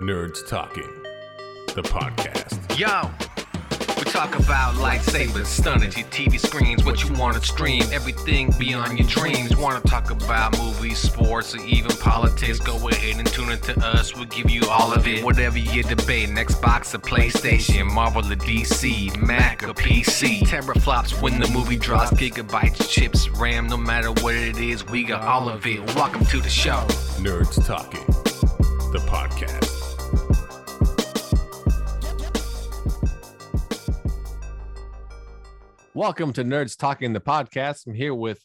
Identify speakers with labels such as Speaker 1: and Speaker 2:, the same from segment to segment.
Speaker 1: Nerds Talking, the podcast.
Speaker 2: Yo, we talk about lightsabers, stunning your TV screens, what you want to stream, everything beyond your dreams. Want to talk about movies, sports, or even politics? Go ahead and tune in to us. We'll give you all of it. Whatever you debate, Xbox or PlayStation, Marvel or DC, Mac or PC. Teraflops when the movie drops, gigabytes, chips, RAM, no matter what it is, we got all of it. Welcome to the show.
Speaker 1: Nerds Talking, the podcast.
Speaker 3: Welcome to Nerds Talking the Podcast. I'm here with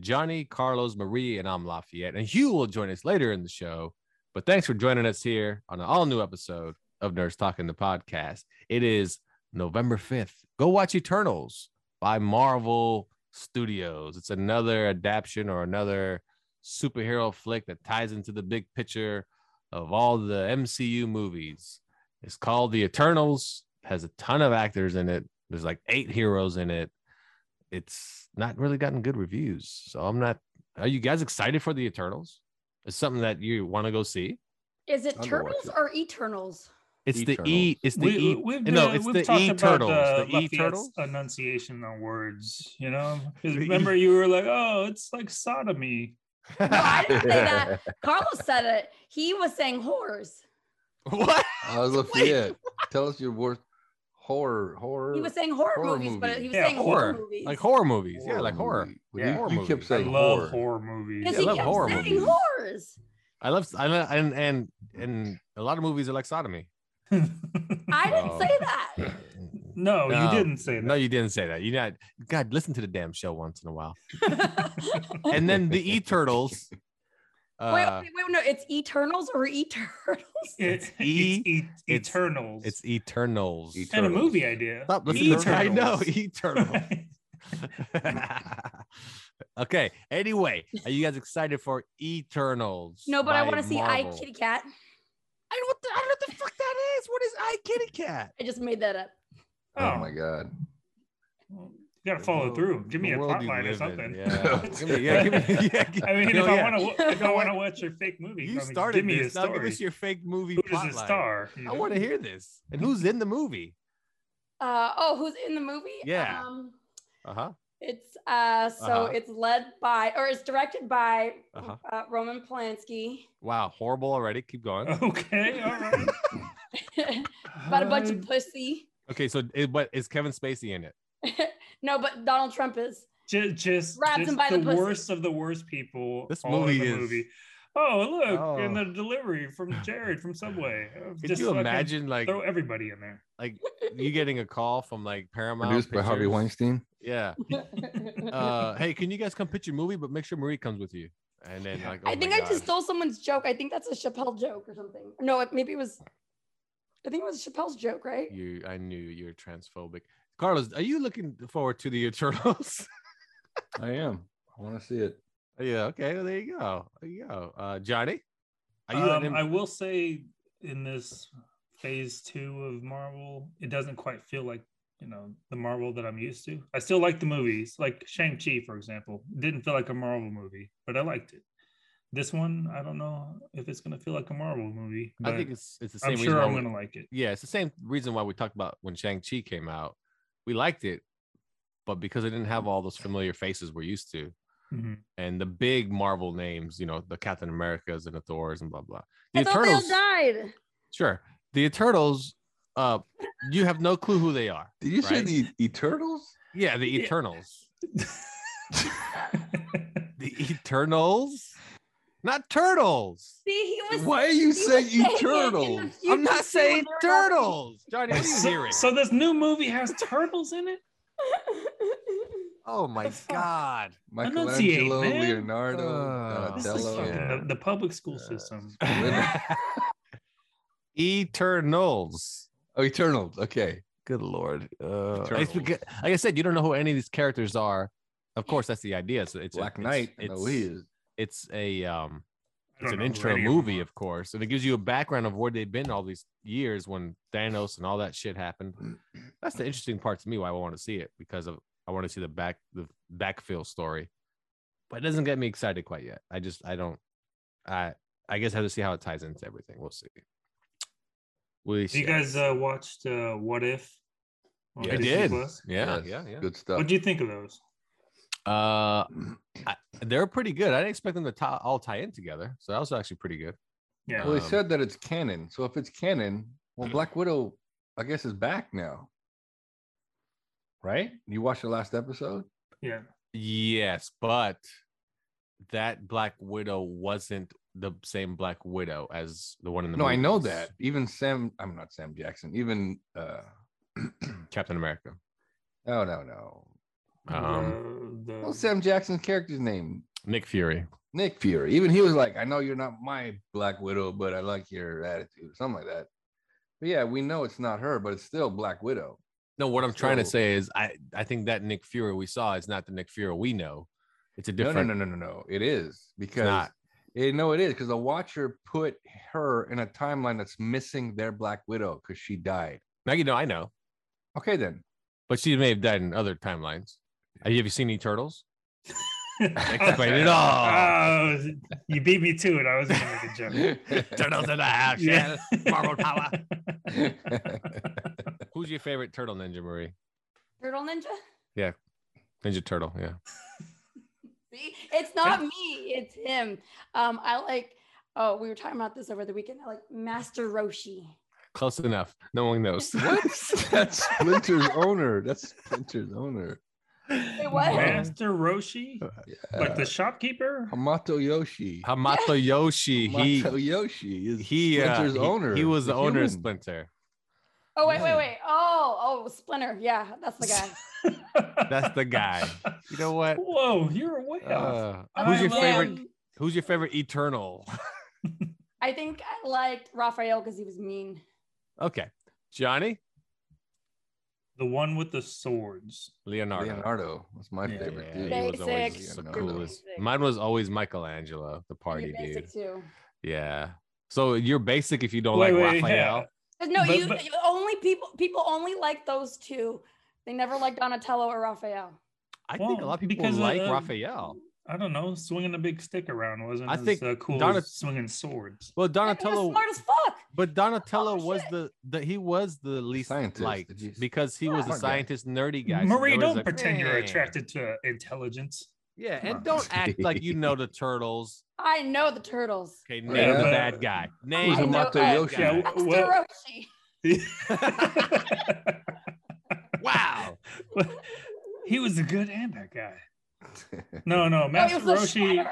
Speaker 3: Johnny, Carlos, Marie, and I'm Lafayette. And Hugh will join us later in the show. But thanks for joining us here on an all new episode of Nerds Talking the Podcast. It is November 5th. Go watch Eternals by Marvel Studios. It's another adaptation or another superhero flick that ties into the big picture of all the MCU movies. It's called The Eternals, has a ton of actors in it. There's like eight heroes in it. It's not really gotten good reviews. So I'm not. Are you guys excited for the Eternals? Is something that you want to go see?
Speaker 4: Is it
Speaker 5: I'll go
Speaker 4: Turtles
Speaker 5: watch
Speaker 4: or Eternals?
Speaker 3: It's the E.
Speaker 5: Eternals.
Speaker 3: It's the
Speaker 6: we,
Speaker 3: E.
Speaker 6: we've
Speaker 3: no,
Speaker 6: been-
Speaker 3: it's
Speaker 6: we've
Speaker 3: the
Speaker 6: talked
Speaker 3: E
Speaker 6: about
Speaker 3: turtles.
Speaker 6: The,
Speaker 3: The E
Speaker 6: Lafayette's
Speaker 3: turtles.
Speaker 6: enunciation on words. You know,
Speaker 3: The E-
Speaker 6: 'Cause remember you were like, "Oh, it's like sodomy."
Speaker 4: No, I didn't say that. Carlos said it. He was saying whores.
Speaker 3: what?
Speaker 5: I was Lafayette. Tell us your worst horror horror.
Speaker 4: He was saying horror,
Speaker 5: Horror
Speaker 4: movies, but
Speaker 5: movie.
Speaker 4: he was
Speaker 6: Yeah,
Speaker 4: saying horror,
Speaker 3: Horror.
Speaker 4: movies.
Speaker 3: Like horror movies. yeah, like horror.
Speaker 5: movie. Well,
Speaker 6: Yeah.
Speaker 5: you-
Speaker 3: Horror
Speaker 5: You,
Speaker 3: movie.
Speaker 5: kept
Speaker 6: I
Speaker 5: saying
Speaker 6: love horror,
Speaker 5: horror.
Speaker 6: movies.
Speaker 4: Because
Speaker 3: Yeah, I
Speaker 4: he
Speaker 3: love
Speaker 4: kept
Speaker 3: horror
Speaker 4: saying
Speaker 3: movies.
Speaker 4: whores.
Speaker 3: I love I love, and and and a lot of movies are like sodomy.
Speaker 4: I didn't
Speaker 3: Oh.
Speaker 4: say that.
Speaker 6: no,
Speaker 3: No.
Speaker 6: you didn't say that.
Speaker 3: No, you didn't say that. You not God, listen to the damn show once in a while. And then the E turtles.
Speaker 4: wait,
Speaker 3: Uh,
Speaker 4: wait, wait, no, it's Eternals or Eternals.
Speaker 6: It- it's
Speaker 3: E-
Speaker 6: e-
Speaker 3: it's-
Speaker 6: Eternals.
Speaker 3: it's Eternals.
Speaker 5: Eternals.
Speaker 6: and a movie idea. E
Speaker 3: Stop listening.
Speaker 6: Eternals. Oh,
Speaker 3: to- I know E Eternals. okay. Anyway, are you guys excited for Eternals?
Speaker 4: No, but I
Speaker 3: by
Speaker 4: want to see I
Speaker 3: Marvel?
Speaker 4: Kitty Cat.
Speaker 3: I don't, know what the, I don't know what the fuck that is. What is I Kitty Cat?
Speaker 4: I just made that up.
Speaker 5: Oh my god.
Speaker 6: You gotta follow through. Give me a
Speaker 3: The world
Speaker 6: plot
Speaker 3: you
Speaker 6: line or
Speaker 3: live in,
Speaker 6: something.
Speaker 3: Yeah. give me, yeah, give me, yeah, give-
Speaker 6: I mean,
Speaker 3: no,
Speaker 6: if
Speaker 3: yeah.
Speaker 6: I want to, if
Speaker 4: You
Speaker 6: I
Speaker 4: know
Speaker 6: want to watch your fake movie,
Speaker 3: you
Speaker 6: I mean,
Speaker 3: started
Speaker 6: give me
Speaker 3: this.
Speaker 6: a
Speaker 3: Now give
Speaker 6: story.
Speaker 3: us your fake movie
Speaker 6: Who is
Speaker 3: plotline.
Speaker 6: the star? you
Speaker 3: I
Speaker 6: know?
Speaker 3: want to hear this. And who's in the movie?
Speaker 4: Uh, oh, who's in the movie?
Speaker 3: Yeah.
Speaker 4: Um,
Speaker 3: Uh huh.
Speaker 4: it's uh, so
Speaker 3: Uh-huh.
Speaker 4: it's led by or it's directed by
Speaker 3: Uh-huh.
Speaker 4: uh, Roman Polanski,
Speaker 3: Wow, horrible already. Keep going.
Speaker 6: Okay, all right.
Speaker 4: about a bunch
Speaker 3: Uh,
Speaker 4: of pussy.
Speaker 3: Okay, so it, what is Kevin Spacey in it?
Speaker 4: no, but Donald Trump is.
Speaker 6: just just,
Speaker 4: Grabs
Speaker 6: just
Speaker 4: him by
Speaker 6: the,
Speaker 4: the pussy.
Speaker 6: worst of the worst people.
Speaker 3: This
Speaker 6: all
Speaker 3: movie
Speaker 6: in the
Speaker 3: is-
Speaker 6: movie. Oh look, and
Speaker 3: Oh.
Speaker 6: the delivery from Jared from Subway.
Speaker 3: Could
Speaker 6: Just
Speaker 3: you
Speaker 6: fucking
Speaker 3: imagine like
Speaker 6: Throw everybody in there.
Speaker 3: like you getting a call from like Paramount?
Speaker 5: Produced by Harvey
Speaker 3: Pictures?
Speaker 5: Weinstein.
Speaker 3: Yeah. Uh, hey, can you guys come pitch your movie, but make sure Marie comes with you? And then like, oh
Speaker 4: I
Speaker 3: my
Speaker 4: think I
Speaker 3: God.
Speaker 4: just stole someone's joke. I think that's a Chappelle joke or something. No, it, maybe it was. I think it was Chappelle's joke, right?
Speaker 3: You, I knew you're transphobic. Carlos, are you looking forward to the Eternals?
Speaker 5: I am. I want to see it.
Speaker 3: yeah. Okay. Well, there you go. There you go. Uh, Johnny, are you?
Speaker 6: um,
Speaker 3: an-
Speaker 6: I will say in this phase two of Marvel, it doesn't quite feel like you know the Marvel that I'm used to. I still like the movies, like Shang Chi, for example. Didn't feel like a Marvel movie, but I liked it. This one, I don't know if it's gonna feel like a Marvel movie.
Speaker 3: I
Speaker 6: but
Speaker 3: think it's it's the same
Speaker 6: I'm
Speaker 3: reason.
Speaker 6: sure
Speaker 3: why
Speaker 6: I'm
Speaker 3: we-
Speaker 6: gonna like it.
Speaker 3: yeah, it's the same reason why we talked about when Shang Chi came out. We liked it, but because it didn't have all those familiar faces we're used to,
Speaker 6: Mhm.
Speaker 3: and the big Marvel names, you know, the Captain Americas and the Thors and blah blah. The
Speaker 4: I thought they all died.
Speaker 3: Sure. The Eternals, uh, you have no clue who they are.
Speaker 5: Did you say
Speaker 3: Right.
Speaker 5: the Eternals?
Speaker 3: Yeah, the
Speaker 6: Yeah.
Speaker 3: Eternals. The Eternals? Not turtles.
Speaker 4: See, he was.
Speaker 5: Why are you
Speaker 4: he was
Speaker 5: saying
Speaker 4: it in the
Speaker 5: Eternals?
Speaker 3: I'm
Speaker 4: future
Speaker 3: not saying
Speaker 4: when they were all-
Speaker 3: turtles. Johnny, what are you
Speaker 6: so,
Speaker 3: hearing?
Speaker 6: so this new movie has turtles in it.
Speaker 3: oh my
Speaker 6: the fuck?
Speaker 3: god.
Speaker 6: Enunciate,
Speaker 5: Michelangelo,
Speaker 6: man. Oh,
Speaker 5: Leonardo,
Speaker 3: Uh,
Speaker 6: This is
Speaker 5: Donatello.
Speaker 6: fucking
Speaker 3: Yeah.
Speaker 6: the, the public school
Speaker 5: Yeah.
Speaker 6: system.
Speaker 3: Eternals.
Speaker 5: Oh, Eternals. Okay.
Speaker 3: Good lord. Uh,
Speaker 5: Eternals.
Speaker 3: it's beca- like I said, you don't know who any of these characters are. Of course, that's the idea. So it's a-
Speaker 5: Black
Speaker 3: it's-
Speaker 5: Knight. I
Speaker 3: It's,
Speaker 5: know he is.
Speaker 3: it's a um, it's
Speaker 6: I don't
Speaker 3: an
Speaker 6: know
Speaker 3: intro
Speaker 6: radio.
Speaker 3: movie, of course, and it gives you a background of where they've been all these years when Thanos and all that shit happened. That's the interesting part to me why I want to see it because of I want to see the back the backfill story, but it doesn't get me excited quite yet. I just I don't I I guess I have to see how it ties into everything. We'll see. We
Speaker 6: You
Speaker 3: shall-
Speaker 6: guys uh, watched uh, What If? on
Speaker 3: I
Speaker 6: Disney
Speaker 3: did.
Speaker 6: Plus?
Speaker 3: Yeah,
Speaker 5: Yes.
Speaker 3: yeah, yeah.
Speaker 5: Good stuff.
Speaker 6: What'd you think of those?
Speaker 3: Uh, I, they're pretty good. I didn't expect them to tie, all tie in together, so that was actually pretty good.
Speaker 6: Yeah.
Speaker 5: well, he
Speaker 3: um,
Speaker 5: said that it's canon. So if it's canon, well, Black Widow, I guess, is back now. Right? You watched the last episode?
Speaker 6: yeah.
Speaker 3: Yes, but that Black Widow wasn't the same Black Widow as the one in the.
Speaker 5: No, I know
Speaker 3: movies.
Speaker 5: that. Even Sam, I'm not Sam Jackson. Even uh,
Speaker 3: Captain America.
Speaker 5: no, no, no.
Speaker 3: Um,
Speaker 6: the, the,
Speaker 5: What's Sam Jackson's character's name?
Speaker 3: Nick Fury.
Speaker 5: Nick Fury. Even he was like, I know you're not my Black Widow, but I like your attitude, or something like that. But yeah, we know it's not her, but it's still Black Widow.
Speaker 3: No, what I'm trying to
Speaker 5: So-
Speaker 3: say is, I I think that Nick Fury we saw is not the Nick Fury we know. It's a
Speaker 5: No,
Speaker 3: different.
Speaker 5: no, no, no, no, no. It is because
Speaker 3: not.
Speaker 5: it, no, it is because the Watcher put her in a timeline that's missing their Black Widow because she died.
Speaker 3: Now you know I know,
Speaker 5: Okay, then.
Speaker 3: but she may have died in other timelines. Have you ever seen any turtles? Explain it all.
Speaker 6: Oh, you beat me to it. I was gonna make a joke.
Speaker 3: Turtles in the house.
Speaker 6: Yeah.
Speaker 3: Marvel power. Who's your favorite turtle ninja, Marie?
Speaker 4: Turtle Ninja?
Speaker 3: Ninja Turtle. Yeah.
Speaker 4: See, it's not me, it's him. Um, I like, oh, we were talking about this over the weekend. I like Master Roshi.
Speaker 3: Close enough. No one knows.
Speaker 5: that's Splinter's owner. That's Splinter's owner.
Speaker 4: Wait, what?
Speaker 6: Master Roshi, like the
Speaker 5: Uh,
Speaker 6: shopkeeper.
Speaker 5: Hamato Yoshi.
Speaker 3: Hamato Yoshi. He
Speaker 5: Hamato Yoshi is
Speaker 3: he, uh,
Speaker 5: Splinter's
Speaker 3: he-
Speaker 5: owner.
Speaker 3: He, was the, owner of
Speaker 5: human.
Speaker 3: Splinter.
Speaker 4: Oh, wait,
Speaker 5: Yeah.
Speaker 4: wait, wait. Oh, oh, Splinter. Yeah, that's the guy.
Speaker 3: That's the guy. You know what?
Speaker 6: Whoa, you're way off.
Speaker 3: Uh, who's your
Speaker 6: I love-
Speaker 3: favorite?
Speaker 4: Um,
Speaker 3: Who's your favorite Eternal?
Speaker 4: I think I liked Raphael because he was mean.
Speaker 3: Okay, Johnny
Speaker 6: The one with the swords.
Speaker 3: Leonardo.
Speaker 5: Leonardo. That's my
Speaker 6: Yeah.
Speaker 5: favorite.
Speaker 3: Yeah,
Speaker 5: dude.
Speaker 3: he was always
Speaker 4: Basic.
Speaker 3: the
Speaker 5: Leonardo.
Speaker 3: coolest.
Speaker 4: Basic.
Speaker 3: Mine was always Michelangelo, the
Speaker 4: You're
Speaker 3: party dude.
Speaker 4: basic too.
Speaker 3: Yeah. So you're basic if you don't
Speaker 6: Wait,
Speaker 3: like
Speaker 6: wait,
Speaker 3: Raphael.
Speaker 6: yeah.
Speaker 4: 'Cause No,
Speaker 6: But-
Speaker 4: you
Speaker 6: but-
Speaker 4: you- only people people only like those two. They never liked Donatello or Raphael.
Speaker 3: I think a
Speaker 6: Well,
Speaker 3: lot of people
Speaker 6: because,
Speaker 3: like
Speaker 6: uh,
Speaker 3: Raphael.
Speaker 6: I don't know. Swinging a big stick around wasn't
Speaker 3: I
Speaker 6: as
Speaker 3: think
Speaker 6: uh, cool
Speaker 3: Donna-
Speaker 6: as swinging swords.
Speaker 3: Well,
Speaker 4: Yeah, he was
Speaker 3: Donatello,
Speaker 4: smart as fuck.
Speaker 3: but Donatello
Speaker 4: Oh,
Speaker 3: was
Speaker 4: shit.
Speaker 3: the, the he was the least
Speaker 5: Scientist,
Speaker 3: liked
Speaker 5: did you-
Speaker 3: because he was a
Speaker 5: Smart guy.
Speaker 3: scientist, nerdy guy. so
Speaker 6: Marie,
Speaker 3: there was
Speaker 6: don't
Speaker 3: a-
Speaker 6: pretend you're
Speaker 3: Yeah.
Speaker 6: attracted to uh, intelligence.
Speaker 3: Yeah,
Speaker 6: Come
Speaker 3: and
Speaker 6: on.
Speaker 3: don't act like you know the turtles.
Speaker 4: I know the turtles.
Speaker 3: Okay, name
Speaker 6: Yeah,
Speaker 3: the
Speaker 6: but-
Speaker 3: bad guy. Name
Speaker 5: Who's
Speaker 4: I
Speaker 3: the
Speaker 4: know-
Speaker 5: Hamato
Speaker 4: uh,
Speaker 5: Yoshi?
Speaker 6: yeah,
Speaker 3: guy.
Speaker 6: w-
Speaker 4: Master
Speaker 6: Well-
Speaker 4: Roshi.
Speaker 3: Wow.
Speaker 6: he was a good and bad guy. No, no,
Speaker 4: No, Oh, he
Speaker 6: Master
Speaker 4: was the
Speaker 6: Roshi.
Speaker 4: shredder.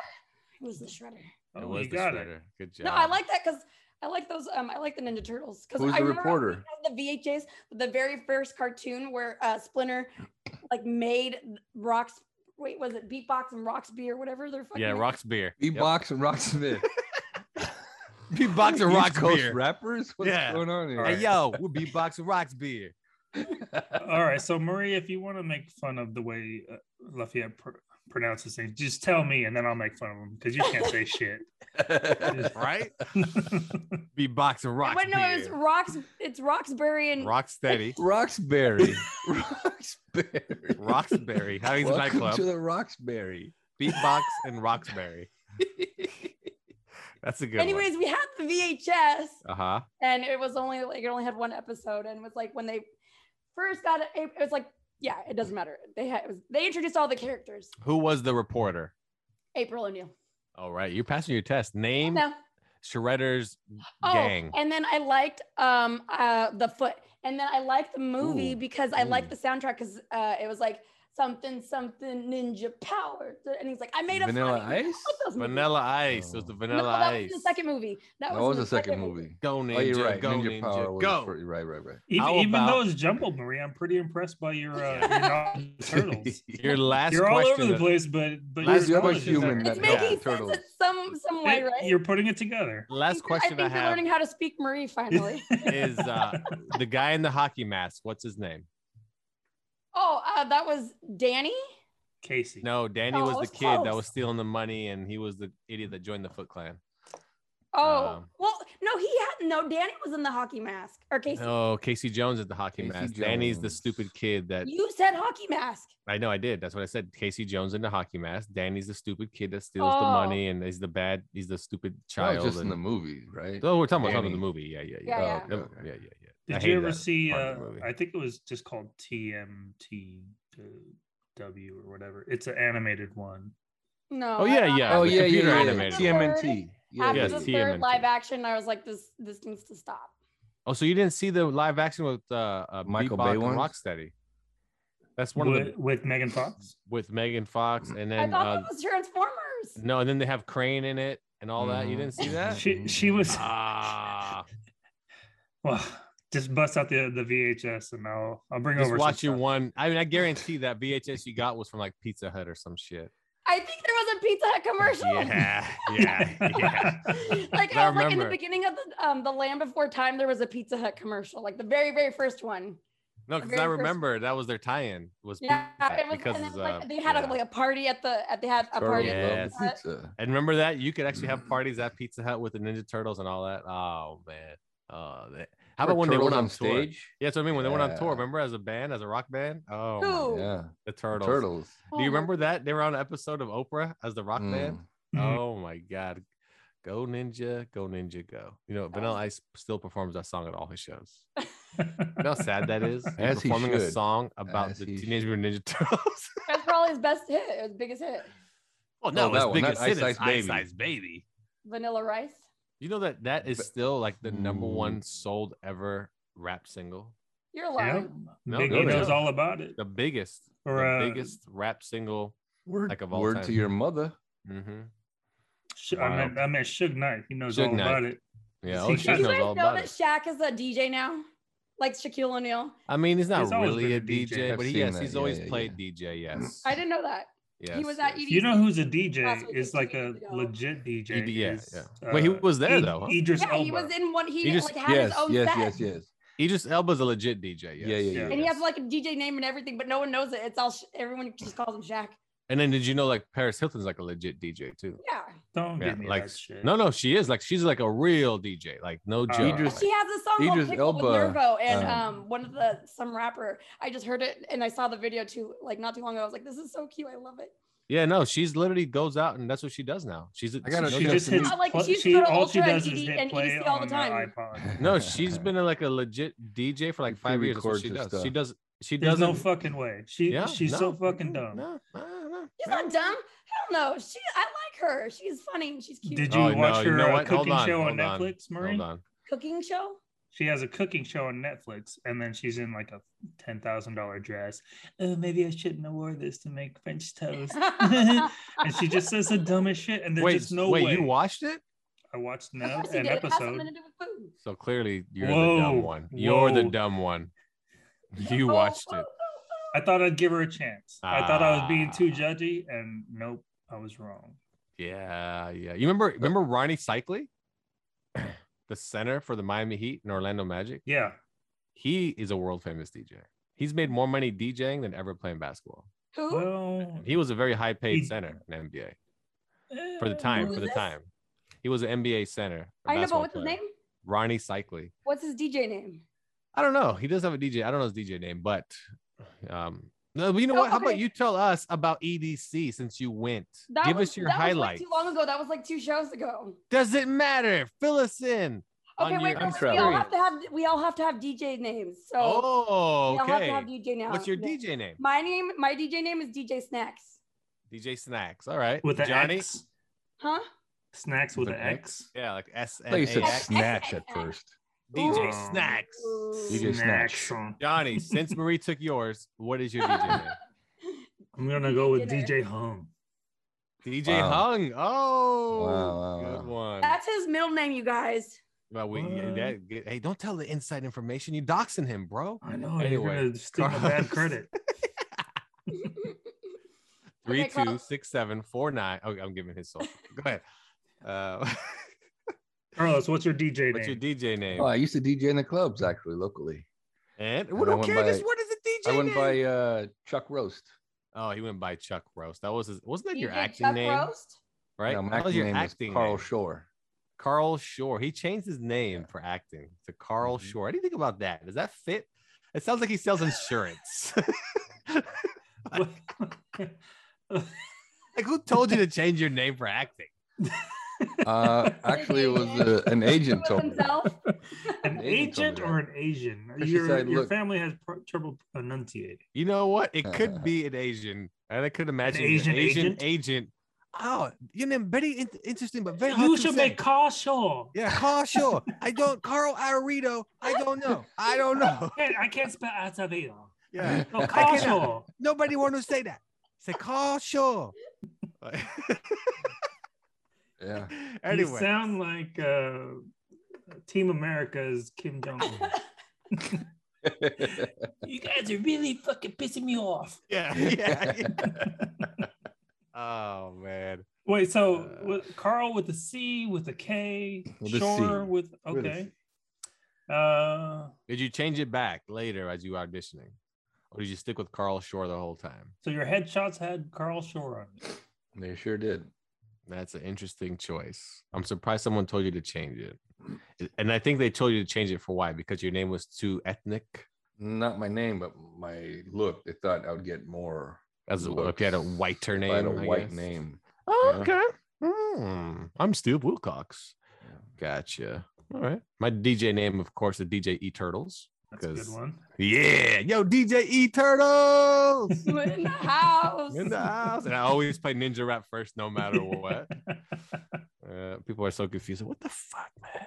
Speaker 4: He was the shredder.
Speaker 3: It
Speaker 6: Oh,
Speaker 3: was
Speaker 6: you
Speaker 3: the
Speaker 6: got it.
Speaker 3: shredder. Good job.
Speaker 4: No, I like that because I like those. Um, I like the Ninja Turtles because
Speaker 5: Who's
Speaker 4: I
Speaker 5: the
Speaker 4: remember I
Speaker 5: reporter?
Speaker 4: had the VHS, the very first cartoon where uh, Splinter like made rocks. Wait, was it Beatbox and Roxby or whatever they're fucking?
Speaker 3: Yeah,
Speaker 4: names?
Speaker 3: Rock's beer.
Speaker 5: Beatbox and Rocksmith.
Speaker 3: Beatbox and
Speaker 5: East
Speaker 3: Rock's
Speaker 5: Coast
Speaker 3: beer.
Speaker 5: rappers? What's
Speaker 3: Yeah.
Speaker 5: going on here?
Speaker 6: All
Speaker 3: Hey
Speaker 6: right.
Speaker 3: yo, we're beatbox and Rock's beer.
Speaker 6: All right, so Marie, if you want to make fun of the way uh, Lafayette pr- pronounces things, just tell me, and then I'll make fun of him because you can't say shit.
Speaker 3: Right? Beatbox and Rock's
Speaker 4: Wait, no, it was
Speaker 3: beer.
Speaker 4: Rox. It's Roxbury and
Speaker 3: Rocksteady.
Speaker 5: Roxbury. Roxbury.
Speaker 3: Roxbury. How he's a
Speaker 5: Welcome
Speaker 3: nightclub.
Speaker 5: to the Roxbury.
Speaker 3: Beatbox and Roxbury. That's a good
Speaker 4: Anyways, we had the VHS,
Speaker 3: one. Uh huh.
Speaker 4: and it was only like it only had one episode, and it was like when they first got it, it was like yeah, it doesn't matter. They had it was, they introduced all the characters.
Speaker 3: Who was the reporter?
Speaker 4: April O'Neil.
Speaker 3: All right, you're passing your test. Name
Speaker 4: No.
Speaker 3: Shredder's
Speaker 4: Oh,
Speaker 3: gang.
Speaker 4: and then I liked um uh the foot, and then I liked the movie
Speaker 5: Ooh,
Speaker 4: because I liked
Speaker 5: ooh.
Speaker 4: the soundtrack because uh it was like something something ninja power, and he's like I made a
Speaker 5: Vanilla
Speaker 4: funny-
Speaker 5: Ice?
Speaker 4: Both those movies.
Speaker 3: Vanilla Ice. It was the
Speaker 5: No,
Speaker 4: No,
Speaker 3: Vanilla
Speaker 4: that was in
Speaker 3: Ice.
Speaker 4: the second movie. That,
Speaker 5: That
Speaker 4: in
Speaker 5: was
Speaker 4: the
Speaker 5: the second movie.
Speaker 3: Go ninja.
Speaker 5: Oh, you're right.
Speaker 3: Go
Speaker 5: Ninja,
Speaker 3: ninja.
Speaker 5: Power was
Speaker 3: go.
Speaker 5: for- right, right, right.
Speaker 6: Even,
Speaker 3: How
Speaker 6: even though
Speaker 3: about-
Speaker 6: it's jumbled, Marie, I'm pretty impressed by your, uh, your knowledge of turtles.
Speaker 3: Your last
Speaker 6: you're all
Speaker 3: question.
Speaker 6: over the
Speaker 3: of-
Speaker 6: place, but but
Speaker 3: Last
Speaker 6: your
Speaker 3: other
Speaker 6: knowledge is
Speaker 5: human
Speaker 6: there.
Speaker 5: that
Speaker 4: It's
Speaker 5: Yeah,
Speaker 4: making
Speaker 5: turtles.
Speaker 4: sense in some some way,
Speaker 6: It-
Speaker 4: right?
Speaker 6: You're putting it together.
Speaker 3: Last
Speaker 4: I
Speaker 3: question
Speaker 4: think
Speaker 3: I,
Speaker 4: you're
Speaker 3: have
Speaker 4: learning how to speak Marie finally.
Speaker 3: is uh, the guy in the hockey mask. What's his name?
Speaker 4: oh, uh, that was Danny.
Speaker 6: Casey.
Speaker 3: No, Danny
Speaker 4: Oh,
Speaker 3: was
Speaker 4: I
Speaker 3: the
Speaker 4: was
Speaker 3: kid that
Speaker 4: close.
Speaker 3: was stealing the money, and he was the idiot that joined the Foot Clan.
Speaker 4: Oh,
Speaker 3: Um,
Speaker 4: well, no, no, he had no. Danny was in the hockey mask or Casey.
Speaker 3: Oh, Casey Jones is the hockey
Speaker 5: Casey
Speaker 3: mask. Danny's the
Speaker 5: Jones.
Speaker 3: stupid kid that
Speaker 4: You said hockey mask.
Speaker 3: I know I did. That's what I said. Casey Jones in the hockey mask. Danny's the stupid kid that steals the money and is the bad. He's the stupid
Speaker 5: That was
Speaker 3: child.
Speaker 5: just in
Speaker 3: and-
Speaker 5: the movie, right?
Speaker 3: Oh, we're talking about talking about
Speaker 5: Danny.
Speaker 3: the movie. Yeah, yeah,
Speaker 4: Yeah,
Speaker 3: yeah.
Speaker 4: yeah.
Speaker 3: Oh,
Speaker 5: Okay, okay.
Speaker 3: yeah, yeah, yeah. I
Speaker 6: Did
Speaker 3: hated
Speaker 6: you ever
Speaker 3: that
Speaker 6: see?
Speaker 3: part
Speaker 6: Uh,
Speaker 3: of the movie.
Speaker 6: I think it was just called TMTW or whatever. It's an animated one.
Speaker 4: No.
Speaker 3: Oh
Speaker 4: I-
Speaker 3: yeah,
Speaker 4: I-
Speaker 3: yeah.
Speaker 5: Oh
Speaker 3: the
Speaker 5: yeah,
Speaker 3: computer
Speaker 5: yeah, yeah,
Speaker 3: animated.
Speaker 4: Yeah.
Speaker 5: TMNT. Yeah,
Speaker 4: After
Speaker 5: yeah,
Speaker 3: Yes,
Speaker 4: the
Speaker 5: yeah.
Speaker 4: third
Speaker 3: TMNT.
Speaker 4: live action, I was like, this this needs to stop.
Speaker 3: Oh, so you didn't see the live action with uh, uh
Speaker 5: Michael
Speaker 3: Bebop
Speaker 5: Bay
Speaker 3: and
Speaker 5: ones?
Speaker 3: Rocksteady? That's one of
Speaker 6: with,
Speaker 3: the
Speaker 6: with Megan Fox.
Speaker 3: with Megan
Speaker 5: Mm.
Speaker 3: Fox, and
Speaker 4: I
Speaker 3: then
Speaker 4: thought
Speaker 3: uh,
Speaker 4: that was Transformers.
Speaker 3: no, and then they have Crane in it and all that. You
Speaker 5: Mm-hmm.
Speaker 3: didn't see that?
Speaker 6: She she was
Speaker 3: Ah,
Speaker 6: well. Just bust out the the VHS and I'll I'll bring
Speaker 3: just
Speaker 6: over. some
Speaker 3: watch your
Speaker 6: stuff.
Speaker 3: one. I mean, I guarantee that VHS you got was from like Pizza Hut or some shit.
Speaker 4: I think there was a Pizza Hut commercial.
Speaker 3: Yeah, yeah, yeah.
Speaker 4: like
Speaker 3: I
Speaker 4: I was like in the
Speaker 3: remember.
Speaker 4: beginning of the um the Land Before Time, there was a Pizza Hut commercial, like the very very first one.
Speaker 3: No,
Speaker 4: The
Speaker 3: because I
Speaker 4: very first-
Speaker 3: remember that was their tie-in was
Speaker 4: Yeah,
Speaker 3: Pizza Hut
Speaker 4: it was,
Speaker 3: because
Speaker 4: and it
Speaker 3: it's,
Speaker 4: was like
Speaker 3: uh,
Speaker 4: they had
Speaker 3: yeah.
Speaker 4: a, like a party at the at they had a
Speaker 5: Turtles
Speaker 4: party.
Speaker 5: love
Speaker 3: Yes.
Speaker 5: pizza.
Speaker 3: And remember that you could actually
Speaker 5: Mm.
Speaker 3: have parties at Pizza Hut with the Ninja Turtles and all that. Oh man. Oh, that. how about
Speaker 5: Remember
Speaker 3: when they went
Speaker 5: Turtles
Speaker 3: on, stage? Tour? Yeah, that's what I mean. When they went on tour,
Speaker 5: Yeah.
Speaker 3: remember as a band, as a rock band? Oh, my-
Speaker 4: Who? Oh,
Speaker 5: Yeah,
Speaker 3: the
Speaker 5: the
Speaker 3: Turtles.
Speaker 5: turtles.
Speaker 3: Do you remember that they were on an episode of Oprah as the rock band?
Speaker 5: Mm.
Speaker 6: Mhm.
Speaker 3: Oh my God, go Ninja, go Ninja, go! You know, Vanilla Ice still performs that song at all his shows. You know how sad that is. He's
Speaker 5: As he
Speaker 3: performing a
Speaker 5: should.
Speaker 3: song about
Speaker 5: As
Speaker 3: the
Speaker 5: he
Speaker 3: Teenage Mutant Ninja Turtles.
Speaker 4: That's probably his best hit, his biggest hit,
Speaker 3: well,
Speaker 5: no,
Speaker 3: no,
Speaker 5: Oh, that
Speaker 3: his
Speaker 5: one, not
Speaker 3: biggest
Speaker 5: Ice
Speaker 3: hit is
Speaker 5: Ice
Speaker 3: Ice
Speaker 5: Baby.
Speaker 3: Ice Baby.
Speaker 4: Vanilla Rice.
Speaker 3: You know that that is
Speaker 5: But-
Speaker 3: still like the number one
Speaker 5: Mm.
Speaker 3: sold ever rap single,
Speaker 4: You're
Speaker 6: Yeah.
Speaker 4: lying.
Speaker 3: No,
Speaker 6: Biggie
Speaker 5: no, they
Speaker 6: knows
Speaker 3: don't.
Speaker 6: all about it.
Speaker 3: the biggest,
Speaker 6: Or
Speaker 3: the
Speaker 6: uh,
Speaker 3: biggest rap single.
Speaker 5: Word,
Speaker 3: Like of all
Speaker 5: word to
Speaker 3: time.
Speaker 5: your mother.
Speaker 3: hmm
Speaker 6: Sh- I meant I meant Suge Knight. He knows
Speaker 3: Suge
Speaker 6: all
Speaker 3: Knight.
Speaker 6: about it.
Speaker 3: Yeah,
Speaker 6: Does
Speaker 3: oh,
Speaker 6: he-
Speaker 3: she
Speaker 6: Do
Speaker 4: Do
Speaker 6: He
Speaker 4: you
Speaker 3: knows
Speaker 4: guys
Speaker 3: all
Speaker 4: know
Speaker 3: about
Speaker 4: that
Speaker 3: it.
Speaker 4: Shaq is a DJ now, like Shaquille O'Neal?
Speaker 3: I mean, he's not
Speaker 6: He's always
Speaker 3: really a
Speaker 6: been a
Speaker 3: DJ,
Speaker 6: DJ.
Speaker 3: but
Speaker 5: I've
Speaker 3: he,
Speaker 5: seen
Speaker 3: yes,
Speaker 5: that.
Speaker 3: he's
Speaker 5: Yeah,
Speaker 3: always
Speaker 5: yeah,
Speaker 3: played
Speaker 5: yeah.
Speaker 3: DJ. Yes,
Speaker 4: I didn't know that.
Speaker 3: yes
Speaker 4: he was at E
Speaker 3: yes.
Speaker 4: EDC.
Speaker 6: You know who's a
Speaker 4: Last
Speaker 6: DJ?
Speaker 4: week
Speaker 6: Is
Speaker 4: or
Speaker 6: like
Speaker 4: two
Speaker 6: a
Speaker 4: weeks ago.
Speaker 6: legit DJ.
Speaker 3: ED, E yeah,
Speaker 6: is, uh, E-
Speaker 3: yeah. Wait, he was there, though, huh?
Speaker 6: Idris
Speaker 4: Yeah, he
Speaker 6: Elba.
Speaker 4: was in one. He,
Speaker 3: He just-
Speaker 4: like had
Speaker 5: Yes,
Speaker 4: his own
Speaker 5: yes,
Speaker 4: set,
Speaker 5: yes, yes.
Speaker 3: Idris Elba's a legit DJ. Yes.
Speaker 5: Yeah, yeah,
Speaker 6: Yeah.
Speaker 5: yeah.
Speaker 4: and he has like a DJ name and everything, but no one knows it. It's all sh- everyone just calls him Shaq.
Speaker 3: And then did you know like Paris Hilton's like a legit DJ too?
Speaker 4: Yeah,
Speaker 6: Don't
Speaker 3: Yeah,
Speaker 6: give me
Speaker 3: like
Speaker 6: that shit.
Speaker 3: no, no, she is like she's like a real DJ, like no
Speaker 6: Uh,
Speaker 3: joke.
Speaker 5: Idris-
Speaker 3: like-
Speaker 4: she has a song
Speaker 5: Idris
Speaker 4: called Pickle with
Speaker 5: Elba,
Speaker 4: Nervo and
Speaker 5: um,
Speaker 4: um one of the some rapper. I just heard it and I saw the video too, like not too long ago. I was like, this is so cute. I love it.
Speaker 3: yeah, no, she's literally goes out and that's what she does now. She's
Speaker 5: I gotta-
Speaker 3: she-
Speaker 6: She
Speaker 5: Okay,
Speaker 6: just
Speaker 5: so we-
Speaker 6: hits.
Speaker 4: I Oh, like-
Speaker 6: pl-
Speaker 4: she used to
Speaker 6: she
Speaker 4: go to
Speaker 6: all she
Speaker 4: Ultra and
Speaker 6: does is
Speaker 4: ED
Speaker 6: hit
Speaker 4: and
Speaker 6: play
Speaker 4: EDC all the
Speaker 6: on the
Speaker 4: time.
Speaker 6: iPod.
Speaker 3: No, she's been a, like a legit DJ for like
Speaker 5: She
Speaker 3: five years. That's what
Speaker 5: pre-records
Speaker 3: she
Speaker 5: her
Speaker 3: does.
Speaker 5: stuff.
Speaker 3: She does. She
Speaker 6: There's
Speaker 3: doesn't.
Speaker 6: no fucking way. She
Speaker 3: yeah,
Speaker 6: she's
Speaker 3: no,
Speaker 6: so fucking
Speaker 3: mm,
Speaker 6: dumb.
Speaker 3: No, no, no,
Speaker 4: She's
Speaker 3: no.
Speaker 4: not dumb. Hell no. She, I like her. She's funny. and She's cute.
Speaker 6: Did you
Speaker 3: Oh,
Speaker 6: watch
Speaker 3: no,
Speaker 6: her
Speaker 3: know
Speaker 6: uh,
Speaker 3: what? Hold
Speaker 6: cooking
Speaker 3: on,
Speaker 6: show on
Speaker 3: hold on,
Speaker 6: Netflix, Marie?
Speaker 3: Hold on.
Speaker 4: cooking show?
Speaker 6: She has a cooking show on Netflix, and then she's in like a ten thousand dollar dress. Oh, maybe I shouldn't have wore this to make French toast. and she just says the dumbest shit, and there's
Speaker 3: Wait,
Speaker 6: just no
Speaker 3: wait,
Speaker 6: way.
Speaker 3: you watched it?
Speaker 6: I watched
Speaker 4: Of
Speaker 6: now
Speaker 4: course he
Speaker 6: an
Speaker 4: did. It has something
Speaker 6: episode.
Speaker 4: to do with food.
Speaker 3: So clearly you're the
Speaker 6: Whoa,
Speaker 3: dumb one. You're the
Speaker 6: whoa.
Speaker 3: dumb one. You
Speaker 4: Oh,
Speaker 3: watched
Speaker 4: oh,
Speaker 3: it.
Speaker 4: oh,
Speaker 6: I thought I'd give her a chance. I thought I was being too
Speaker 3: Ah.
Speaker 6: judgy, and nope, I was wrong.
Speaker 3: Yeah, yeah. You remember remember Ronnie Cycli, the center for the Miami Heat and Orlando Magic?
Speaker 6: Yeah,
Speaker 3: He is a world famous DJ. He's made more money DJing than ever playing basketball.
Speaker 4: oh. Who?
Speaker 6: well,
Speaker 3: And he was a very high paid
Speaker 6: He-
Speaker 3: center in NBA for the
Speaker 6: eh,
Speaker 3: time.
Speaker 4: Who
Speaker 3: For
Speaker 4: is
Speaker 3: the
Speaker 4: this?
Speaker 3: time, he was an NBA center. a
Speaker 4: I know, but
Speaker 3: basketball
Speaker 4: what's his
Speaker 3: player.
Speaker 4: name?
Speaker 3: Ronnie Cycli.
Speaker 4: What's his DJ name?
Speaker 3: I don't know. He does have a DJ. I don't know his DJ name, but um, no. But you know
Speaker 4: No,
Speaker 3: what? How about
Speaker 4: okay.
Speaker 3: you tell us about EDC since you went? Give
Speaker 4: was,
Speaker 3: us your
Speaker 4: that was, like,
Speaker 3: highlights.
Speaker 4: too long ago. That was like two shows ago.
Speaker 3: Does it matter? Fill us in.
Speaker 4: Okay,
Speaker 3: on
Speaker 4: wait,
Speaker 3: your
Speaker 4: no, wait, we all have to have we all have to have DJ names. So
Speaker 3: Oh,
Speaker 4: we all have to
Speaker 3: okay.
Speaker 4: have DJ now.
Speaker 3: What's your
Speaker 4: name.
Speaker 3: DJ name?
Speaker 4: My name, my DJ name is DJ Snacks.
Speaker 3: DJ Snacks. All right.
Speaker 6: with the
Speaker 3: Johnny.
Speaker 6: X,
Speaker 4: Huh?
Speaker 6: snacks with
Speaker 3: With
Speaker 6: an
Speaker 3: an
Speaker 6: X.
Speaker 3: Yeah, like S
Speaker 5: I
Speaker 3: N
Speaker 5: thought
Speaker 3: A
Speaker 5: you said
Speaker 3: X.
Speaker 5: snatch at first.
Speaker 3: DJ
Speaker 6: Ooh.
Speaker 3: Snacks.
Speaker 5: DJ Snatch.
Speaker 6: song.
Speaker 3: Johnny, since Marie took yours, what is your DJ
Speaker 6: I'm gonna go with
Speaker 4: Dinner.
Speaker 6: DJ Hung.
Speaker 3: name? DJ
Speaker 5: Wow.
Speaker 3: Hung. Oh,
Speaker 5: Wow, wow,
Speaker 3: good one.
Speaker 4: That's his middle name, you guys.
Speaker 3: Well, we,
Speaker 6: What?
Speaker 3: that, hey, don't tell the inside information. You doxing him, bro.
Speaker 6: I know.
Speaker 3: Anyway,
Speaker 6: you're gonna steal my
Speaker 3: Carlos.
Speaker 6: bad credit.
Speaker 3: Three
Speaker 4: Okay,
Speaker 3: two
Speaker 4: Carlos.
Speaker 3: six seven four nine. Okay, I'm giving his soul. Go ahead. Uh,
Speaker 6: Carlos, what's your DJ
Speaker 3: what's your
Speaker 6: name?
Speaker 3: DJ name?
Speaker 5: Oh, I used to DJ in the clubs actually locally.
Speaker 3: and
Speaker 5: I
Speaker 3: we don't
Speaker 5: went
Speaker 3: care. This
Speaker 5: by-
Speaker 3: what is the DJ
Speaker 5: I went
Speaker 3: name?
Speaker 5: by uh, Chuck Roast.
Speaker 3: Oh, he went by Chuck Roast. That was his. Wasn't that your
Speaker 4: DJ
Speaker 3: acting
Speaker 4: Chuck
Speaker 3: name?
Speaker 4: Roast?
Speaker 3: Right.
Speaker 5: No, my
Speaker 3: that was
Speaker 5: acting
Speaker 3: your
Speaker 5: name was
Speaker 3: acting
Speaker 5: Carl
Speaker 3: name.
Speaker 5: Shore.
Speaker 3: Carl Shore. He changed his name for acting to Carl
Speaker 5: Mhm.
Speaker 3: Shore. What do you think about that? Does that fit? It sounds like he sells insurance. like, who told you to change your name for acting?
Speaker 5: Uh, actually, it was uh, an agent told me.
Speaker 4: himself.
Speaker 5: Asian
Speaker 6: an agent
Speaker 5: told me
Speaker 6: or an Asian?
Speaker 5: she
Speaker 6: Your,
Speaker 5: said,
Speaker 6: your
Speaker 5: "Look."
Speaker 6: family has pr- trouble enunciating.
Speaker 3: You know what? It could be an Asian, and I could imagine an Asian,
Speaker 6: Asian
Speaker 3: agent.
Speaker 6: agent?
Speaker 3: Oh, you know, very in- interesting, but very hard
Speaker 6: You
Speaker 3: to
Speaker 6: should
Speaker 3: say.
Speaker 6: make Carl Shaw.
Speaker 3: Yeah, Carl Shaw. I don't Carl Arito. I don't know. I don't know.
Speaker 6: I can't, I can't spell Acevedo.
Speaker 3: Yeah.
Speaker 6: No, Carl
Speaker 3: cannot-
Speaker 6: Shaw.
Speaker 3: Nobody want to say that. Say Carl Shaw.
Speaker 5: Yeah.
Speaker 6: You
Speaker 3: anyway.
Speaker 6: sound like uh, Team America's Kim Jong Un. you guys are really fucking pissing me off.
Speaker 3: Yeah. Yeah. Oh man.
Speaker 6: Wait, so
Speaker 3: Uh,
Speaker 6: with Carl with a C, with a K,
Speaker 5: With a
Speaker 6: Shore
Speaker 5: C.
Speaker 6: with
Speaker 5: With a
Speaker 6: okay. Uh,
Speaker 3: Did you change it back later as you were auditioning? Or did you stick with Carl Shore the whole time?
Speaker 6: so your headshots had Carl Shore on it.
Speaker 5: They sure did.
Speaker 3: That's an interesting choice. I'm surprised someone told you to change it. And I think they told you to change it for why? Because your name was too ethnic.
Speaker 5: Not my name, but my look. They thought I would get more
Speaker 3: As well, if
Speaker 5: Looks.
Speaker 3: you had a whiter
Speaker 5: if
Speaker 3: name,
Speaker 5: I had a
Speaker 3: I
Speaker 5: white
Speaker 3: guess.
Speaker 5: name.
Speaker 3: Oh,
Speaker 5: Yeah.
Speaker 3: okay. Hmm. I'm Steve Wilcox.
Speaker 5: Yeah.
Speaker 3: Gotcha. All right. My DJ name, of course, is DJ E Turtles.
Speaker 6: That's a
Speaker 3: 'Cause-
Speaker 6: good one.
Speaker 3: Yeah. Yo, DJ E Turtles
Speaker 4: We're in the house.
Speaker 3: in the house. And I always play ninja rap first, no matter what. Uh, people are so confused. What the fuck, man?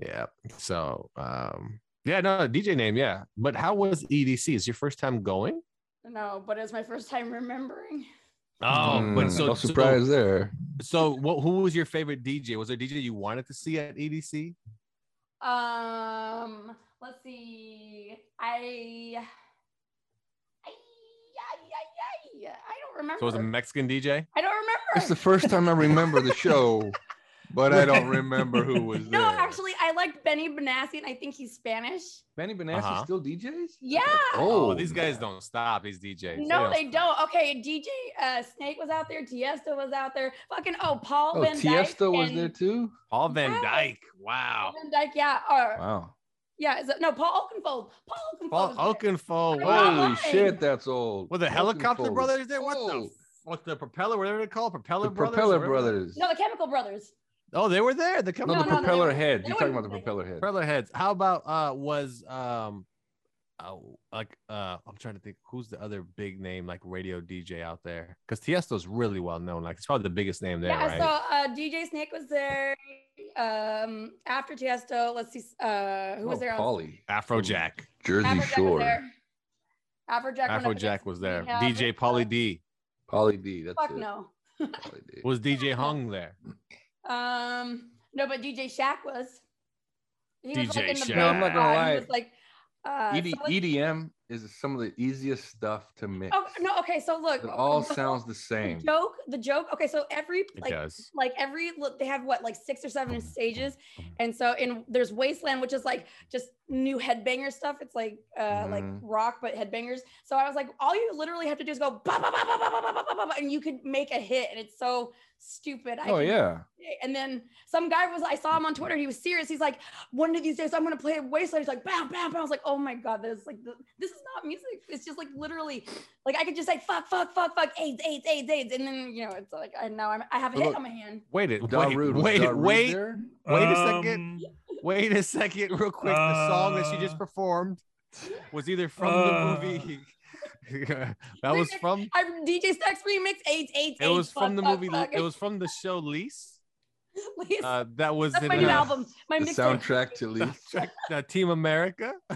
Speaker 3: Yeah. So, um, yeah, no, DJ name. Yeah. But how was EDC? Is your first time going?
Speaker 4: No, but it was my first time remembering.
Speaker 3: Oh, but
Speaker 5: Mm,
Speaker 3: so
Speaker 5: no surprise there.
Speaker 3: So, what, who was your favorite DJ? Was there a DJ you wanted to see at E EDC?
Speaker 4: Um, let's see. I. I, I, I, I don't remember.
Speaker 3: So, it was a Mexican DJ?
Speaker 4: I don't
Speaker 5: It's
Speaker 4: remember.
Speaker 5: the first time I remember the show, but I don't remember who was there.
Speaker 4: no, actually, I liked Benny Benassi, and I think he's Spanish.
Speaker 5: Benny Benassi
Speaker 3: Uh-huh.
Speaker 5: still DJs?
Speaker 4: Yeah.
Speaker 3: Oh, these guys
Speaker 5: man.
Speaker 3: don't stop. These DJs.
Speaker 4: No, they
Speaker 3: stop.
Speaker 4: don't. Okay, DJ uh, Snake was out there. Tiesto was out there. Fucking oh, Paul
Speaker 5: Oh,
Speaker 4: Van Dyke.
Speaker 5: Tiesto was
Speaker 4: and-
Speaker 5: there too.
Speaker 3: Paul Van
Speaker 4: Yes.
Speaker 3: Dyke. Wow.
Speaker 4: Van Dyke, yeah. Or
Speaker 5: Wow.
Speaker 4: yeah, is it, no, Paul Oakenfold. Paul Oakenfold.
Speaker 3: Paul
Speaker 4: was there.
Speaker 3: Oakenfold.
Speaker 4: I'm
Speaker 3: Wow.
Speaker 4: not
Speaker 5: Holy shit, that's old.
Speaker 3: Were the
Speaker 5: Looking
Speaker 3: helicopter
Speaker 5: forward.
Speaker 3: brothers there? What
Speaker 5: Oh,
Speaker 3: the what the propeller? Whatever they call propeller
Speaker 5: the
Speaker 3: brothers.
Speaker 5: propeller
Speaker 3: or whatever-
Speaker 5: brothers?
Speaker 4: No, the Chemical Brothers.
Speaker 3: Oh, they were there. The
Speaker 5: No,
Speaker 3: couple
Speaker 4: no,
Speaker 5: the
Speaker 4: no, they
Speaker 5: propeller
Speaker 4: were-
Speaker 5: head.
Speaker 4: they
Speaker 5: You're talking
Speaker 4: were-
Speaker 5: about the propeller head.
Speaker 3: propeller heads. How about uh was um oh, like uh I'm trying to think who's the other big name like radio DJ out there? Because Tiesto's really well known. Like it's probably the biggest name there,
Speaker 4: yeah,
Speaker 3: right?
Speaker 4: I saw uh, DJ Snake was there. Um, after Tiesto, let's see, uh, who was
Speaker 5: Oh,
Speaker 4: there? else?
Speaker 5: Pauly.
Speaker 3: Afrojack.
Speaker 5: Jersey
Speaker 4: Afrojack was
Speaker 5: Shore.
Speaker 4: there. Afrojack. went up uh,
Speaker 3: Afrojack
Speaker 4: against
Speaker 3: was there.
Speaker 4: Rehab.
Speaker 3: DJ Polly D.
Speaker 5: Pauly D. That's
Speaker 4: Fuck
Speaker 5: it.
Speaker 4: no.
Speaker 5: Pauly D.
Speaker 3: Was DJ Hung there?
Speaker 4: Um, no, but DJ Shaq was. He was
Speaker 3: DJ
Speaker 4: like in the
Speaker 3: Shaq.
Speaker 5: No, I'm not gonna
Speaker 4: background. He
Speaker 5: lie.
Speaker 4: was like, uh,
Speaker 5: ED,
Speaker 4: someone-
Speaker 5: EDM E is some of the easiest stuff to mix.
Speaker 4: oh no, okay. So look,
Speaker 5: It all
Speaker 4: the-
Speaker 5: sounds the
Speaker 4: the
Speaker 5: same.
Speaker 4: joke. The joke. Okay, so every
Speaker 3: It
Speaker 4: like
Speaker 3: does.
Speaker 4: like every look they have what like six or seven stages and so in there's wasteland which is like just new headbanger stuff it's like uh like
Speaker 5: Mhm.
Speaker 4: rock but headbangers so i was like all you literally have to do is go ba, ba, ba, ba, ba, ba, ba, ba, ba, ba, ba, and you could make a hit and it's so stupid I
Speaker 5: Oh
Speaker 4: can-
Speaker 5: yeah.
Speaker 4: and then some guy was i saw him on twitter he was serious he's like one of these days i'm gonna play wasteland he's like bam bam bam i was like oh my god this is like th- this is not music it's just like literally like i could just say fuck fuck fuck fuck aids aids aids aids and then you know it's like i now I'm, i have a
Speaker 5: Well,
Speaker 4: hit
Speaker 5: look,
Speaker 4: on my hand
Speaker 3: Wait it.
Speaker 5: Da
Speaker 3: Wait,
Speaker 5: Rude, was Da
Speaker 3: wait,
Speaker 5: Rude
Speaker 3: wait.
Speaker 5: there?
Speaker 3: Wait a second.
Speaker 6: Um,
Speaker 3: Wait a second, real quick. the song that she just
Speaker 6: Uh,
Speaker 3: performed was either from
Speaker 6: uh,
Speaker 3: the movie. that was from.
Speaker 4: i dj stacks remix aids aids
Speaker 3: It
Speaker 4: AIDS,
Speaker 3: was from
Speaker 4: fuck,
Speaker 3: the
Speaker 4: fuck,
Speaker 3: movie.
Speaker 4: fuck.
Speaker 3: It was from the show Lease.
Speaker 4: Please.
Speaker 3: Uh, that was
Speaker 4: that's
Speaker 3: in
Speaker 4: my new
Speaker 5: uh,
Speaker 4: album my
Speaker 5: The
Speaker 4: mixtape.
Speaker 5: soundtrack to Lee.
Speaker 3: soundtrack, uh, Team America.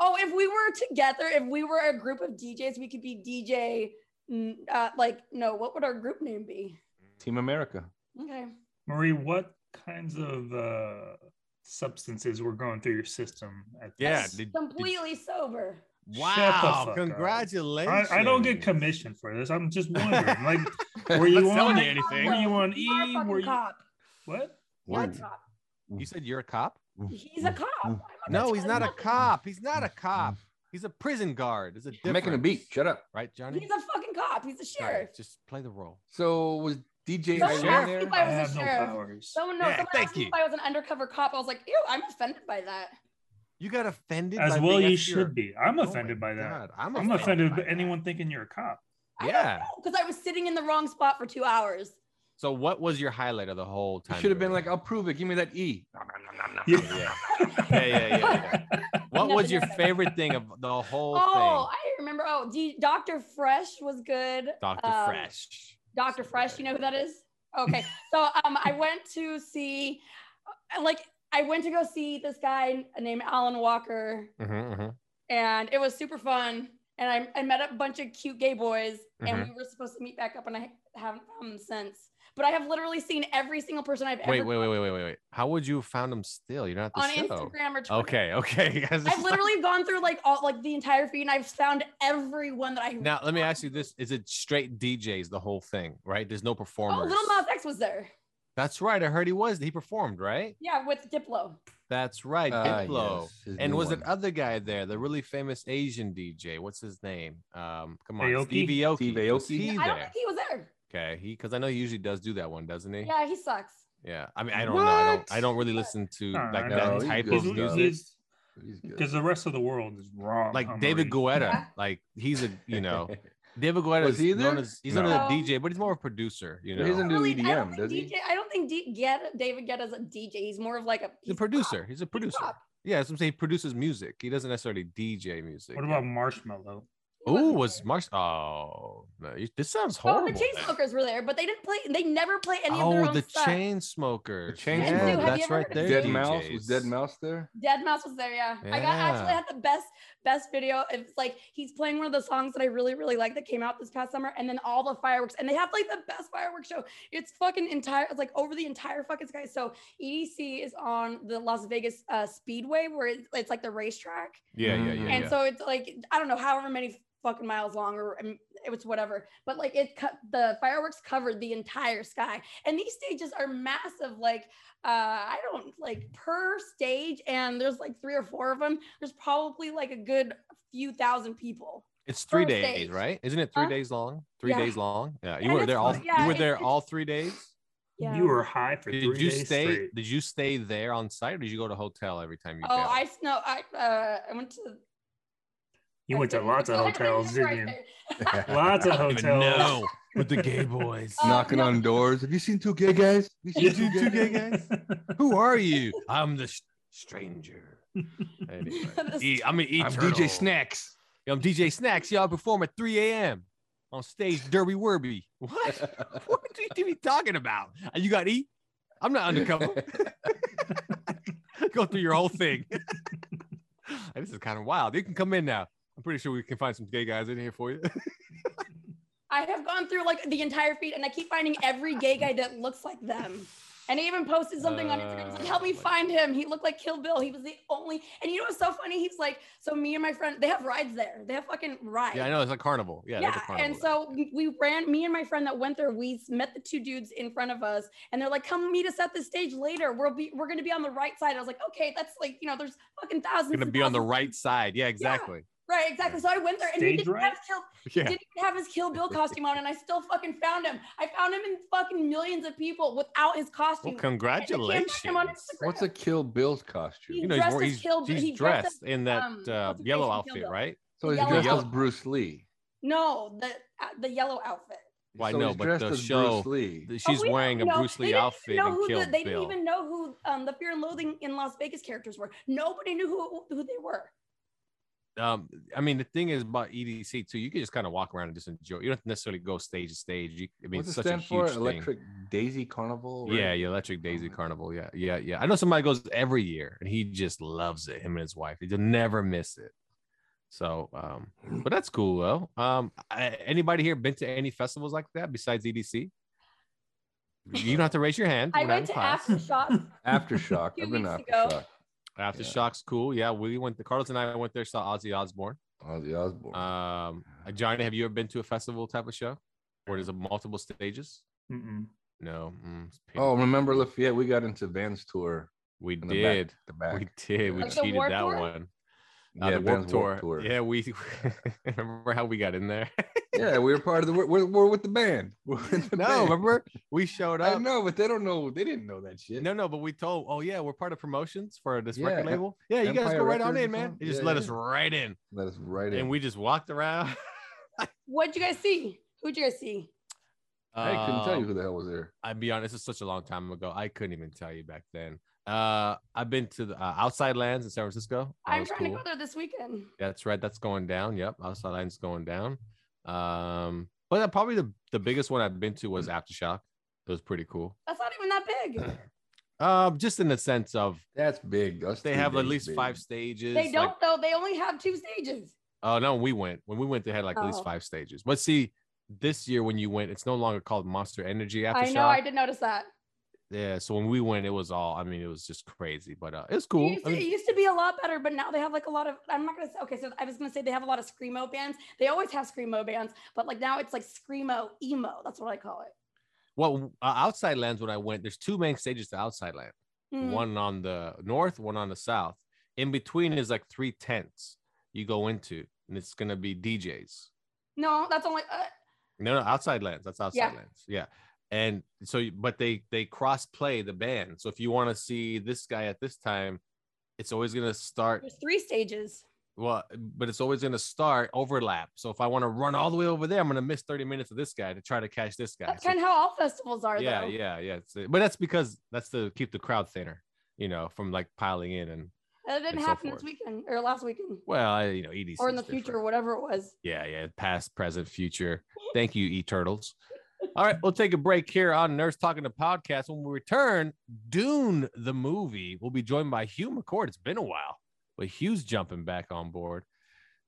Speaker 4: oh if we were together if we were a group of djs we could be dj mm, uh, like no what would our group name be
Speaker 5: Team America.
Speaker 4: okay
Speaker 6: Marie, what kinds of uh, substances were going through your system at
Speaker 3: yeah.
Speaker 6: this?
Speaker 3: Did, did,
Speaker 4: completely sober.
Speaker 6: fuck
Speaker 3: wow.
Speaker 6: up. I,
Speaker 3: Congratulations.
Speaker 6: I don't get commission for this. I'm just wondering. Like, were
Speaker 3: Not
Speaker 6: you
Speaker 3: selling
Speaker 6: on E?
Speaker 3: you anything.
Speaker 6: Were you on
Speaker 4: You are a
Speaker 6: E?
Speaker 4: fucking
Speaker 6: Were you
Speaker 4: cop.
Speaker 6: what?
Speaker 4: You're a
Speaker 5: Word.
Speaker 4: cop.
Speaker 3: You said you're a cop.
Speaker 4: He's a cop. I'm
Speaker 5: Mm.
Speaker 3: No, he's
Speaker 4: telling
Speaker 3: not a
Speaker 4: you.
Speaker 3: cop. He's not a cop.
Speaker 6: Mm.
Speaker 3: He's a prison guard. It's a
Speaker 5: I'm making a
Speaker 3: difference.
Speaker 5: beat. Shut up.
Speaker 3: right, Johnny?
Speaker 4: He's a fucking cop. He's a
Speaker 3: Sorry,
Speaker 4: sheriff.
Speaker 3: just play the role.
Speaker 5: So was DJ
Speaker 4: Someone
Speaker 5: Irene
Speaker 4: asked me
Speaker 5: there.
Speaker 4: if I was
Speaker 6: have
Speaker 4: a
Speaker 6: no
Speaker 4: sheriff.
Speaker 6: powers.
Speaker 4: Someone, no,
Speaker 3: Yeah,
Speaker 4: someone
Speaker 3: thank
Speaker 4: asked me
Speaker 3: you.
Speaker 4: if I was an undercover cop. I was like, ew, I'm offended by that.
Speaker 3: You got offended
Speaker 6: As
Speaker 3: by
Speaker 6: well,
Speaker 3: being
Speaker 6: you
Speaker 3: asked if you're-
Speaker 6: should be. I'm
Speaker 3: Oh my
Speaker 6: offended by that.
Speaker 3: God, I'm,
Speaker 6: I'm offended
Speaker 3: by
Speaker 6: by
Speaker 3: that.
Speaker 6: anyone thinking you're a cop.
Speaker 3: Yeah.
Speaker 4: Because I was sitting in the wrong spot for two hours.
Speaker 3: So what was your highlight of the whole
Speaker 5: You
Speaker 3: time?
Speaker 5: should
Speaker 3: you
Speaker 5: have been
Speaker 3: were
Speaker 5: like,
Speaker 3: there?
Speaker 5: I'll prove it. Give me that E.
Speaker 6: Yeah.
Speaker 3: yeah. Yeah, yeah, yeah, What
Speaker 4: Nothing
Speaker 3: was your
Speaker 4: happened.
Speaker 3: favorite thing of the whole
Speaker 4: Oh,
Speaker 3: thing?
Speaker 4: I remember. Oh, D- Dr. Fresh was good.
Speaker 3: Dr.
Speaker 4: um,
Speaker 3: Fresh.
Speaker 4: Dr. Fresh, you know who that is? Okay. so um, I went to see, uh, like, I went to go see this guy named Alan Walker,
Speaker 3: Mhm, mhm.
Speaker 4: and it was super fun. And I, I met a bunch of cute gay boys, and
Speaker 3: Mhm.
Speaker 4: we were supposed to meet back up, and I haven't found them since. But I have literally seen every single person I've
Speaker 3: Wait,
Speaker 4: ever
Speaker 3: wait, wait, wait, wait, wait, wait. How would you have found them still? You're not the
Speaker 4: on
Speaker 3: show.
Speaker 4: Instagram or Twitter.
Speaker 3: Okay, okay. I was
Speaker 4: I've
Speaker 3: just like-
Speaker 4: literally gone through like all like the entire feed, and I've found everyone that I
Speaker 3: now let me ask you this: Is it straight DJs the whole thing, right? There's no
Speaker 4: Oh,
Speaker 3: performers.
Speaker 4: Little Nas X was there.
Speaker 3: That's right. I heard he was. He performed, right?
Speaker 4: Yeah, with Diplo.
Speaker 3: That's right.
Speaker 5: Ah,
Speaker 3: Diplo.
Speaker 5: yes, his
Speaker 3: And
Speaker 5: new
Speaker 3: was
Speaker 5: one.
Speaker 3: that other guy there, the really famous Asian DJ? What's his name? Um, come on,
Speaker 6: Aoki?
Speaker 3: Steve Aoki.
Speaker 5: Steve
Speaker 3: Was
Speaker 5: Aoki?
Speaker 3: he
Speaker 4: I don't think
Speaker 3: there?
Speaker 4: he was there.
Speaker 3: Okay, he because I know he usually does do that one, doesn't he?
Speaker 4: Yeah, he sucks.
Speaker 3: Yeah. I mean, I don't know. I don't.
Speaker 5: What?
Speaker 3: I don't really listen to
Speaker 6: Nah,
Speaker 3: like
Speaker 6: I
Speaker 5: know.
Speaker 3: that
Speaker 5: He's
Speaker 3: type
Speaker 5: good
Speaker 3: of
Speaker 5: stuff.
Speaker 3: music.
Speaker 5: He's good.
Speaker 6: Because the rest of the world is wrong.
Speaker 3: Like David Guetta,
Speaker 4: Yeah.
Speaker 3: like he's a you know David Guetta
Speaker 5: Was
Speaker 3: is
Speaker 5: he
Speaker 3: known
Speaker 5: there?
Speaker 3: as he's
Speaker 5: No.
Speaker 3: known as a DJ, but he's more of a producer. You
Speaker 5: But he's
Speaker 3: know,
Speaker 5: a new
Speaker 4: Really, I don't
Speaker 3: E
Speaker 5: EDM,
Speaker 4: think
Speaker 5: does
Speaker 4: DJ,
Speaker 5: he?
Speaker 4: I don't think D- Get, David Guetta's a DJ. He's more of like a
Speaker 3: he's a
Speaker 4: he's
Speaker 3: producer. He's a producer.
Speaker 4: pop.
Speaker 3: Yeah, that's what I'm saying. He produces music. He doesn't necessarily DJ music.
Speaker 6: What about Marshmallow?
Speaker 4: He
Speaker 3: Ooh,
Speaker 4: wasn't
Speaker 3: was
Speaker 4: there.
Speaker 3: Marsh? Oh, no, you- this sounds
Speaker 4: Oh, the
Speaker 3: horrible.
Speaker 4: chain smokers were there, but they didn't play. They never play any of their
Speaker 3: oh,
Speaker 4: own
Speaker 3: the
Speaker 4: stuff.
Speaker 3: chain smokers.
Speaker 5: The Chainsmokers.
Speaker 3: Yeah,
Speaker 5: Dude, have you
Speaker 3: that's
Speaker 4: ever
Speaker 3: right
Speaker 4: heard of
Speaker 3: there.
Speaker 5: Dead Mouse was Dead
Speaker 3: DJs.
Speaker 5: Mouse there.
Speaker 4: Dead Mouse was there, yeah. I got I actually
Speaker 3: Yeah.
Speaker 4: had the best best video. It's like he's playing one of the songs that I really really like that came out this past summer, and then all the fireworks, and they have like the best fireworks show. It's fucking entire, it's like over the entire fucking sky. So EDC is on the Las Vegas uh, Speedway, where it's, it's like the racetrack,
Speaker 3: Yeah, yeah, yeah.
Speaker 4: and
Speaker 3: yeah.
Speaker 4: so it's like I don't know however many fucking miles long or um, it was whatever, but like it cut the fireworks covered the entire sky, and these stages are massive. Like uh, I don't like per stage, and there's like three or four of them. There's probably like a good few thousand people.
Speaker 3: it's three
Speaker 4: first
Speaker 3: days,
Speaker 4: stage.
Speaker 3: right? Isn't it three
Speaker 4: Huh?
Speaker 3: days long? Three
Speaker 4: Yeah.
Speaker 3: days long. Yeah, you
Speaker 4: And
Speaker 3: were
Speaker 4: it's
Speaker 3: there all.
Speaker 4: fun. Yeah,
Speaker 3: you were
Speaker 4: it-
Speaker 3: there
Speaker 4: it's-
Speaker 3: all three days.
Speaker 6: You were high for three
Speaker 3: Did you
Speaker 6: days
Speaker 3: stay?
Speaker 6: straight.
Speaker 3: Did you stay there on site, or did you go to a hotel every time you?
Speaker 4: Oh,
Speaker 3: go?
Speaker 4: I no, I uh, I went to.
Speaker 6: You
Speaker 4: I
Speaker 6: went to
Speaker 4: stayed-
Speaker 6: lots of
Speaker 4: I had to
Speaker 6: hotels,
Speaker 4: remember
Speaker 6: didn't
Speaker 4: I
Speaker 6: you? Lots of
Speaker 3: don't even
Speaker 6: hotels.
Speaker 3: know Oh, with the gay boys.
Speaker 4: Uh,
Speaker 5: Knocking
Speaker 4: no.
Speaker 5: on doors. Have you seen two gay guys? Have you seen two gay guys?
Speaker 3: Who are you? I'm the sh- stranger. Anyway,
Speaker 4: The
Speaker 3: E- I'm an E
Speaker 5: I'm DJ
Speaker 3: turtle.
Speaker 5: Snacks.
Speaker 3: I'm DJ Snacks. Y'all perform at 3 a.m. on stage, Derby Werby. What? what are you be talking about? Uh, You got E? I'm not undercover. Go through your whole thing. Hey, this is kind of wild. You can come in now. I'm pretty sure we can find some gay guys in here for you.
Speaker 4: I have gone through like the entire feed, and I keep finding every gay guy that looks like them. And he even posted something on Instagram. He's like, "Help me
Speaker 3: Uh,
Speaker 4: find him. He looked like Kill Bill. He was the only." And you know what's so funny? He's like, "So me and my friend, they have rides there. They have fucking rides."
Speaker 3: yeah, I know. It's like carnival. Yeah,
Speaker 4: yeah,
Speaker 3: that's a carnival
Speaker 4: and
Speaker 3: there.
Speaker 4: so we- we ran me and my friend that went there we s- met the two dudes in front of us and they're like come meet us at the stage later we'll be we're gonna be on the right side i was like okay that's like you know there's fucking 1000s
Speaker 3: gonna
Speaker 4: and
Speaker 3: be on the
Speaker 4: thousands."
Speaker 3: right side. Yeah, exactly.
Speaker 4: right exactly so i went there and he
Speaker 6: Stage
Speaker 4: didn't
Speaker 6: right?
Speaker 4: have kill
Speaker 3: Yeah.
Speaker 4: didn't even have his Kill Bill costume on, and I still fucking found him. I found him in fucking millions of people without his
Speaker 3: Well,
Speaker 4: costume.
Speaker 3: congratulations.
Speaker 4: him on Instagram.
Speaker 5: What's a Kill Bill's
Speaker 3: You
Speaker 5: costume?
Speaker 3: know,
Speaker 4: dressed
Speaker 3: he's,
Speaker 4: as
Speaker 3: wor- he's,
Speaker 4: Kill Bill-
Speaker 3: he's
Speaker 4: he dressed
Speaker 3: dressed
Speaker 4: as,
Speaker 3: in that
Speaker 4: um,
Speaker 3: uh,
Speaker 4: Altercation
Speaker 3: yellow
Speaker 4: Kill
Speaker 3: outfit,
Speaker 4: Bill.
Speaker 3: right?
Speaker 5: So he's
Speaker 4: Yellow
Speaker 5: dressed as
Speaker 3: outfit.
Speaker 5: Bruce Lee.
Speaker 4: no, the uh, the yellow outfit.
Speaker 3: Well, I
Speaker 5: so
Speaker 3: know,
Speaker 5: he's
Speaker 3: but
Speaker 5: dressed
Speaker 3: the
Speaker 5: as
Speaker 3: show-
Speaker 5: Bruce Lee.
Speaker 3: Th-
Speaker 4: Oh,
Speaker 3: She's
Speaker 4: we don't
Speaker 3: wearing a
Speaker 4: know-
Speaker 3: Bruce
Speaker 4: they
Speaker 3: Lee
Speaker 4: didn't even
Speaker 3: outfit
Speaker 4: know
Speaker 3: and
Speaker 4: who the-
Speaker 3: Kill
Speaker 4: they
Speaker 3: Bill.
Speaker 4: didn't even know who um, the Fear and Loathing in Las Vegas characters were. Nobody knew who who they were.
Speaker 3: um, I mean, the thing is about EDC too. You can just kind of walk around and just enjoy. You don't have to necessarily go stage to stage. You, I mean,
Speaker 5: What's
Speaker 3: it's
Speaker 5: it
Speaker 3: such a
Speaker 5: stand
Speaker 3: huge
Speaker 5: for?
Speaker 3: thing.
Speaker 5: Electric Daisy Carnival? Oh. right?
Speaker 3: Yeah, yeah, Electric Daisy
Speaker 5: my-
Speaker 3: Carnival. Yeah, yeah, yeah. I know somebody goes every year and he just loves it. Him and his wife, they'll never miss it. So, um, but that's cool though. Um, I, anybody here been to any festivals like that besides EDC? You don't have to raise your hand.
Speaker 4: I
Speaker 3: We're not
Speaker 4: went
Speaker 3: in
Speaker 4: to
Speaker 3: class.
Speaker 4: Aftershock.
Speaker 5: Aftershock.
Speaker 4: Two
Speaker 5: I've been
Speaker 4: weeks ago.
Speaker 5: Aftershock.
Speaker 3: Aftershock's cool. Yeah, we went. The Carlos and I went there. Saw Ozzy Osbourne.
Speaker 5: Ozzy Osbourne.
Speaker 3: Um, uh, Johnny, have you ever been to a festival type of show where there's a multiple stages?
Speaker 6: Mm-mm.
Speaker 3: No. Mm, it's a pity.
Speaker 5: oh, remember Lafayette? We got into Van's tour.
Speaker 3: we
Speaker 5: in the back-
Speaker 3: did.
Speaker 5: The back.
Speaker 3: We did. We
Speaker 4: Like the
Speaker 3: cheated
Speaker 4: Warped
Speaker 3: that
Speaker 4: Tour?
Speaker 3: one. Uh,
Speaker 5: yeah,
Speaker 3: the Warped
Speaker 5: Van's Warped
Speaker 3: tour. Yeah, we remember how we got in there.
Speaker 5: yeah, we were part of the. We're, we're, we're with the band. We're with the
Speaker 3: No,
Speaker 5: band.
Speaker 3: remember we showed
Speaker 5: I
Speaker 3: up.
Speaker 5: know, but they don't know. They didn't know that shit.
Speaker 3: No, no, but we told, oh yeah, we're part of promotions for this
Speaker 5: Yeah,
Speaker 3: record
Speaker 5: Em-
Speaker 3: label. Yeah, you guys
Speaker 5: Empire
Speaker 3: go right on
Speaker 5: Records or
Speaker 3: in, man.
Speaker 5: something?
Speaker 3: They just
Speaker 5: Yeah,
Speaker 3: let
Speaker 5: yeah.
Speaker 3: us right in,
Speaker 5: Let us right in.
Speaker 3: and we just walked around.
Speaker 4: What'd you guys see? Who'd you guys see?
Speaker 5: I couldn't tell you
Speaker 3: Um,
Speaker 5: who the hell was there.
Speaker 3: I'd be honest, this is such a long time ago. I couldn't even tell you back then. Uh, I've been to the uh, Outside Lands in San Francisco. That
Speaker 4: I'm
Speaker 3: was
Speaker 4: trying to go
Speaker 3: cool.
Speaker 4: there this weekend.
Speaker 3: That's right. That's going down. Yep, Outside Lands is going down. Um, but uh, probably the the biggest one I've been to was Aftershock. It was pretty cool.
Speaker 4: That's not even that big.
Speaker 3: Um, just in the sense of
Speaker 5: That's big. That's
Speaker 3: they
Speaker 5: three
Speaker 3: have at
Speaker 5: days
Speaker 3: least
Speaker 5: big.
Speaker 3: five stages.
Speaker 4: They don't
Speaker 3: like-
Speaker 4: though. They only have two stages.
Speaker 3: oh no, we went when we went. They had like at least
Speaker 4: Oh.
Speaker 3: five stages. But see, this year when you went, it's no longer called Monster Energy Aftershock.
Speaker 4: I know. I did notice that.
Speaker 3: Yeah, so when we went, it was all. I mean, it was just crazy, but uh, it's
Speaker 4: It
Speaker 3: cool.
Speaker 4: used,
Speaker 3: I
Speaker 4: to, it
Speaker 3: mean,
Speaker 4: used to be a lot better, but now they have like a lot of. I'm not gonna say. Okay, so I was gonna say they have a lot of screamo bands. They always have screamo bands, but like now it's like screamo emo. That's what I call it.
Speaker 3: well, uh, outside lands when I went, there's two main stages to outside land.
Speaker 4: Mm.
Speaker 3: One on the north, one on the south. In between is like three tents you go into, and it's gonna be DJs.
Speaker 4: No, that's only. Uh,
Speaker 3: No, no, outside lands. That's outside
Speaker 4: Yeah.
Speaker 3: lands. Yeah. And so, you- but they they cross play the band. So if you want to see this guy at this time, it's always gonna start
Speaker 4: there's three stages.
Speaker 3: Well, but it's always going to start overlap. So if I want to run all the way over there, I'm going to miss 30 minutes of this guy to try to catch this guy.
Speaker 4: That's
Speaker 3: So-
Speaker 4: kind of how all festivals are,
Speaker 3: yeah,
Speaker 4: though.
Speaker 3: yeah, yeah. It's- but that's because that's to keep the crowd thinner, you know, from like piling in. And
Speaker 4: That
Speaker 3: and
Speaker 4: didn't
Speaker 3: so
Speaker 4: happen
Speaker 3: forth.
Speaker 4: this weekend or last weekend
Speaker 3: well, I, you know, EDC
Speaker 4: or in the
Speaker 3: is
Speaker 4: future or
Speaker 3: different.
Speaker 4: whatever it was.
Speaker 3: Yeah, yeah. Past, present, future. Thank you, E Turtles. All right, we'll take a break here on Nurse Talking to Podcast. When we return, Dune the movie will be joined by Hugh McCord. It's been a while, but Hugh's jumping back on board.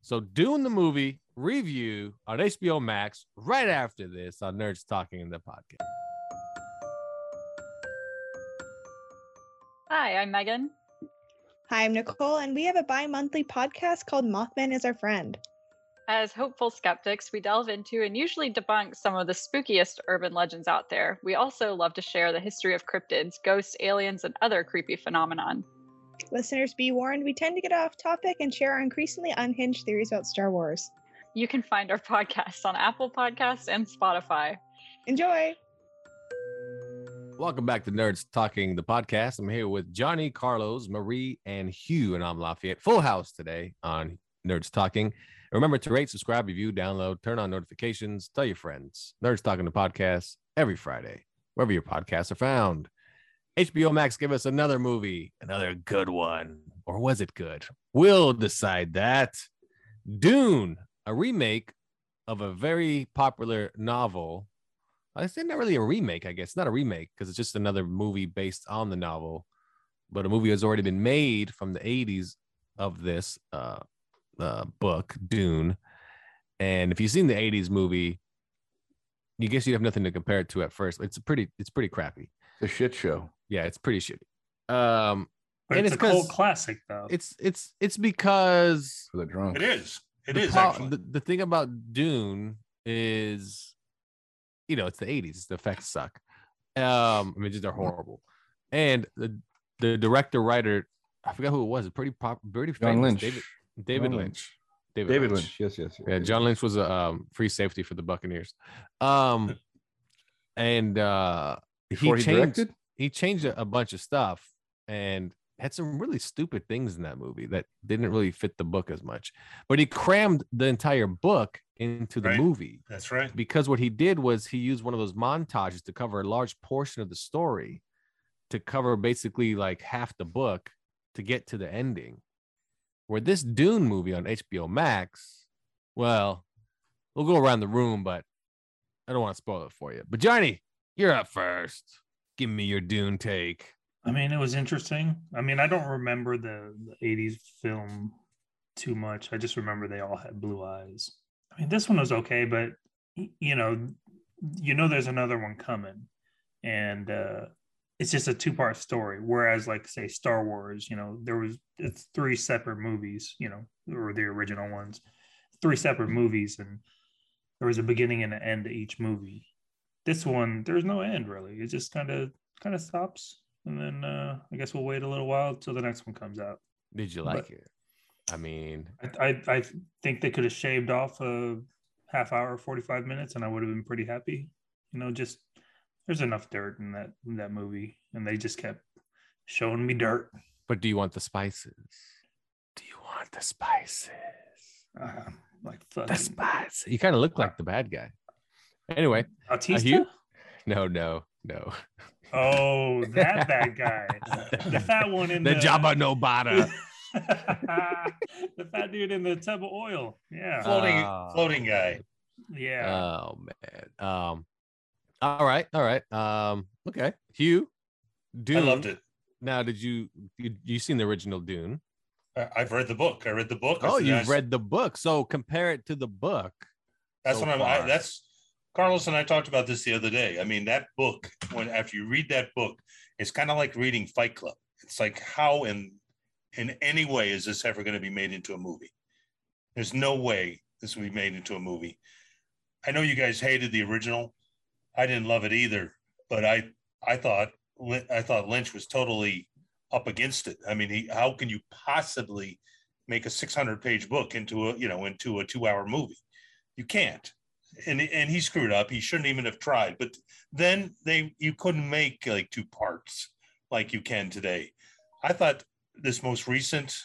Speaker 3: So Dune the movie review on HBO Max right after this on Nerds Talking in the Podcast.
Speaker 7: Hi, I'm Megan.
Speaker 8: Hi, I'm Nicole, and we have a bi monthly podcast called Mothman is Our Friend.
Speaker 7: As hopeful skeptics, we delve into and usually debunk some of the spookiest urban legends out there. We also love to share the history of cryptids, ghosts, aliens, and other creepy phenomenon.
Speaker 8: Listeners, be warned, we tend to get off topic and share our increasingly unhinged theories about Star Wars.
Speaker 7: You can find our podcast on Apple Podcasts and Spotify.
Speaker 8: Enjoy!
Speaker 3: Welcome back to Nerds Talking the Podcast. I'm here with Johnny, Carlos, Marie, and Hugh, and I'm Lafayette. Full house today on Nerds Talking. And Remember to rate, subscribe, review, download, turn on notifications, tell your friends. Nerds Talking the Podcast every Friday, wherever your podcasts are found. HBO Max gave us another movie, another good one. Or was it good? We'll decide that. Dune, a remake of a very popular novel I say not really a remake, I guess. Not a remake because it's just another movie based on the novel, but a movie has already been made from the 80s of this uh, uh, book, Dune. And if you've seen the 80s movie, you guess you have nothing to compare it to at first. It's a pretty, it's pretty crappy.
Speaker 5: It's a shit show.
Speaker 3: Yeah, it's pretty shitty. Um,
Speaker 6: But
Speaker 3: And
Speaker 6: it's,
Speaker 3: it's
Speaker 6: a
Speaker 3: 'cause
Speaker 6: cult classic, though.
Speaker 3: it's it's it's because
Speaker 5: for the drunk.
Speaker 9: It is. It
Speaker 3: the
Speaker 9: is
Speaker 3: pro-
Speaker 9: actually.
Speaker 3: the, the thing about Dune is, you know, it's the '80s. The effects suck. Um, I mean, just they're
Speaker 9: Mm-hmm.
Speaker 3: horrible. And the the director writer, I forgot who it was. A pretty pop, pretty
Speaker 5: John
Speaker 3: famous
Speaker 5: Lynch.
Speaker 3: David, David
Speaker 5: John
Speaker 3: Lynch. David,
Speaker 5: David
Speaker 3: Lynch.
Speaker 5: Lynch. Yes, yes. yes.
Speaker 3: Yeah, John Lynch was a um, free safety for the Buccaneers. Um, and uh,
Speaker 5: Before he,
Speaker 3: changed
Speaker 5: directed.
Speaker 3: he changed a, a bunch of stuff and had some really stupid things in that movie that didn't really fit the book as much. But he crammed the entire book into the
Speaker 9: Right.
Speaker 3: movie
Speaker 9: That's right.
Speaker 3: because what he did was he used one of those montages to cover a large portion of the story to cover basically like half the book to get to the ending. Where this Dune movie on HBO Max, well, we'll go around the room, but I don't want to spoil it for you. But Johnny, you're up first. Give me your Dune take.
Speaker 6: I mean, it was interesting. I mean, I don't remember the, the 80s film too much. I just remember they all had blue eyes. I mean, this one was okay, but y- you know, you know there's another one coming. And uh it's just a two-part story. Whereas like say Star Wars, you know, there was it's three separate movies, you know, or the original ones. Three separate movies and there was a beginning and an end to each movie. This one, there's no end really. It just kind of kind of stops and then uh, I guess we'll wait a little while till the next one comes out.
Speaker 3: Did you
Speaker 6: But-
Speaker 3: like it? I mean,
Speaker 6: I I, I think they could have shaved off uh, half hour, 45 minutes, and I would have been pretty happy. You know, just there's enough dirt in that in that movie, and they just kept showing me dirt.
Speaker 3: But do you want the spices? Do you want the spices?
Speaker 6: Uh, like
Speaker 3: The
Speaker 6: fucking
Speaker 3: spices. You kind of look like the bad guy. Anyway,
Speaker 6: Bautista.
Speaker 3: Hugh? no, no, no.
Speaker 6: Oh, that bad guy, the fat one in
Speaker 3: the Jabba no bada.
Speaker 6: the fat dude in the tub of oil. Yeah,
Speaker 9: Floating,
Speaker 3: Oh.
Speaker 9: floating guy.
Speaker 6: yeah.
Speaker 3: Oh man. Um. All right. All right. Um. Okay. Hugh. Dune.
Speaker 9: I loved it.
Speaker 3: Now, did you you you seen the original Dune?
Speaker 9: I- I've read the book. I read the book. I
Speaker 3: Oh,
Speaker 9: said,
Speaker 3: you've
Speaker 9: "That's-
Speaker 3: read the book. So compare it to the book.
Speaker 9: That's
Speaker 3: so
Speaker 9: what I'm. I,
Speaker 3: far.
Speaker 9: that's Carlos and I talked about this the other day. I mean, that book. When after you read that book, it's kind of like reading Fight Club. It's like how in in any way is this ever going to be made into a movie? There's no way this will be made into a movie. I know you guys hated the original. I didn't love it either, but I I thought Lin- I thought Lynch was totally up against it. I mean, he, how can you possibly make a 600 page book into a you know into a two hour movie? you can't and and he screwed up he shouldn't even have tried but then they you couldn't make like two parts like you can today i thought this most recent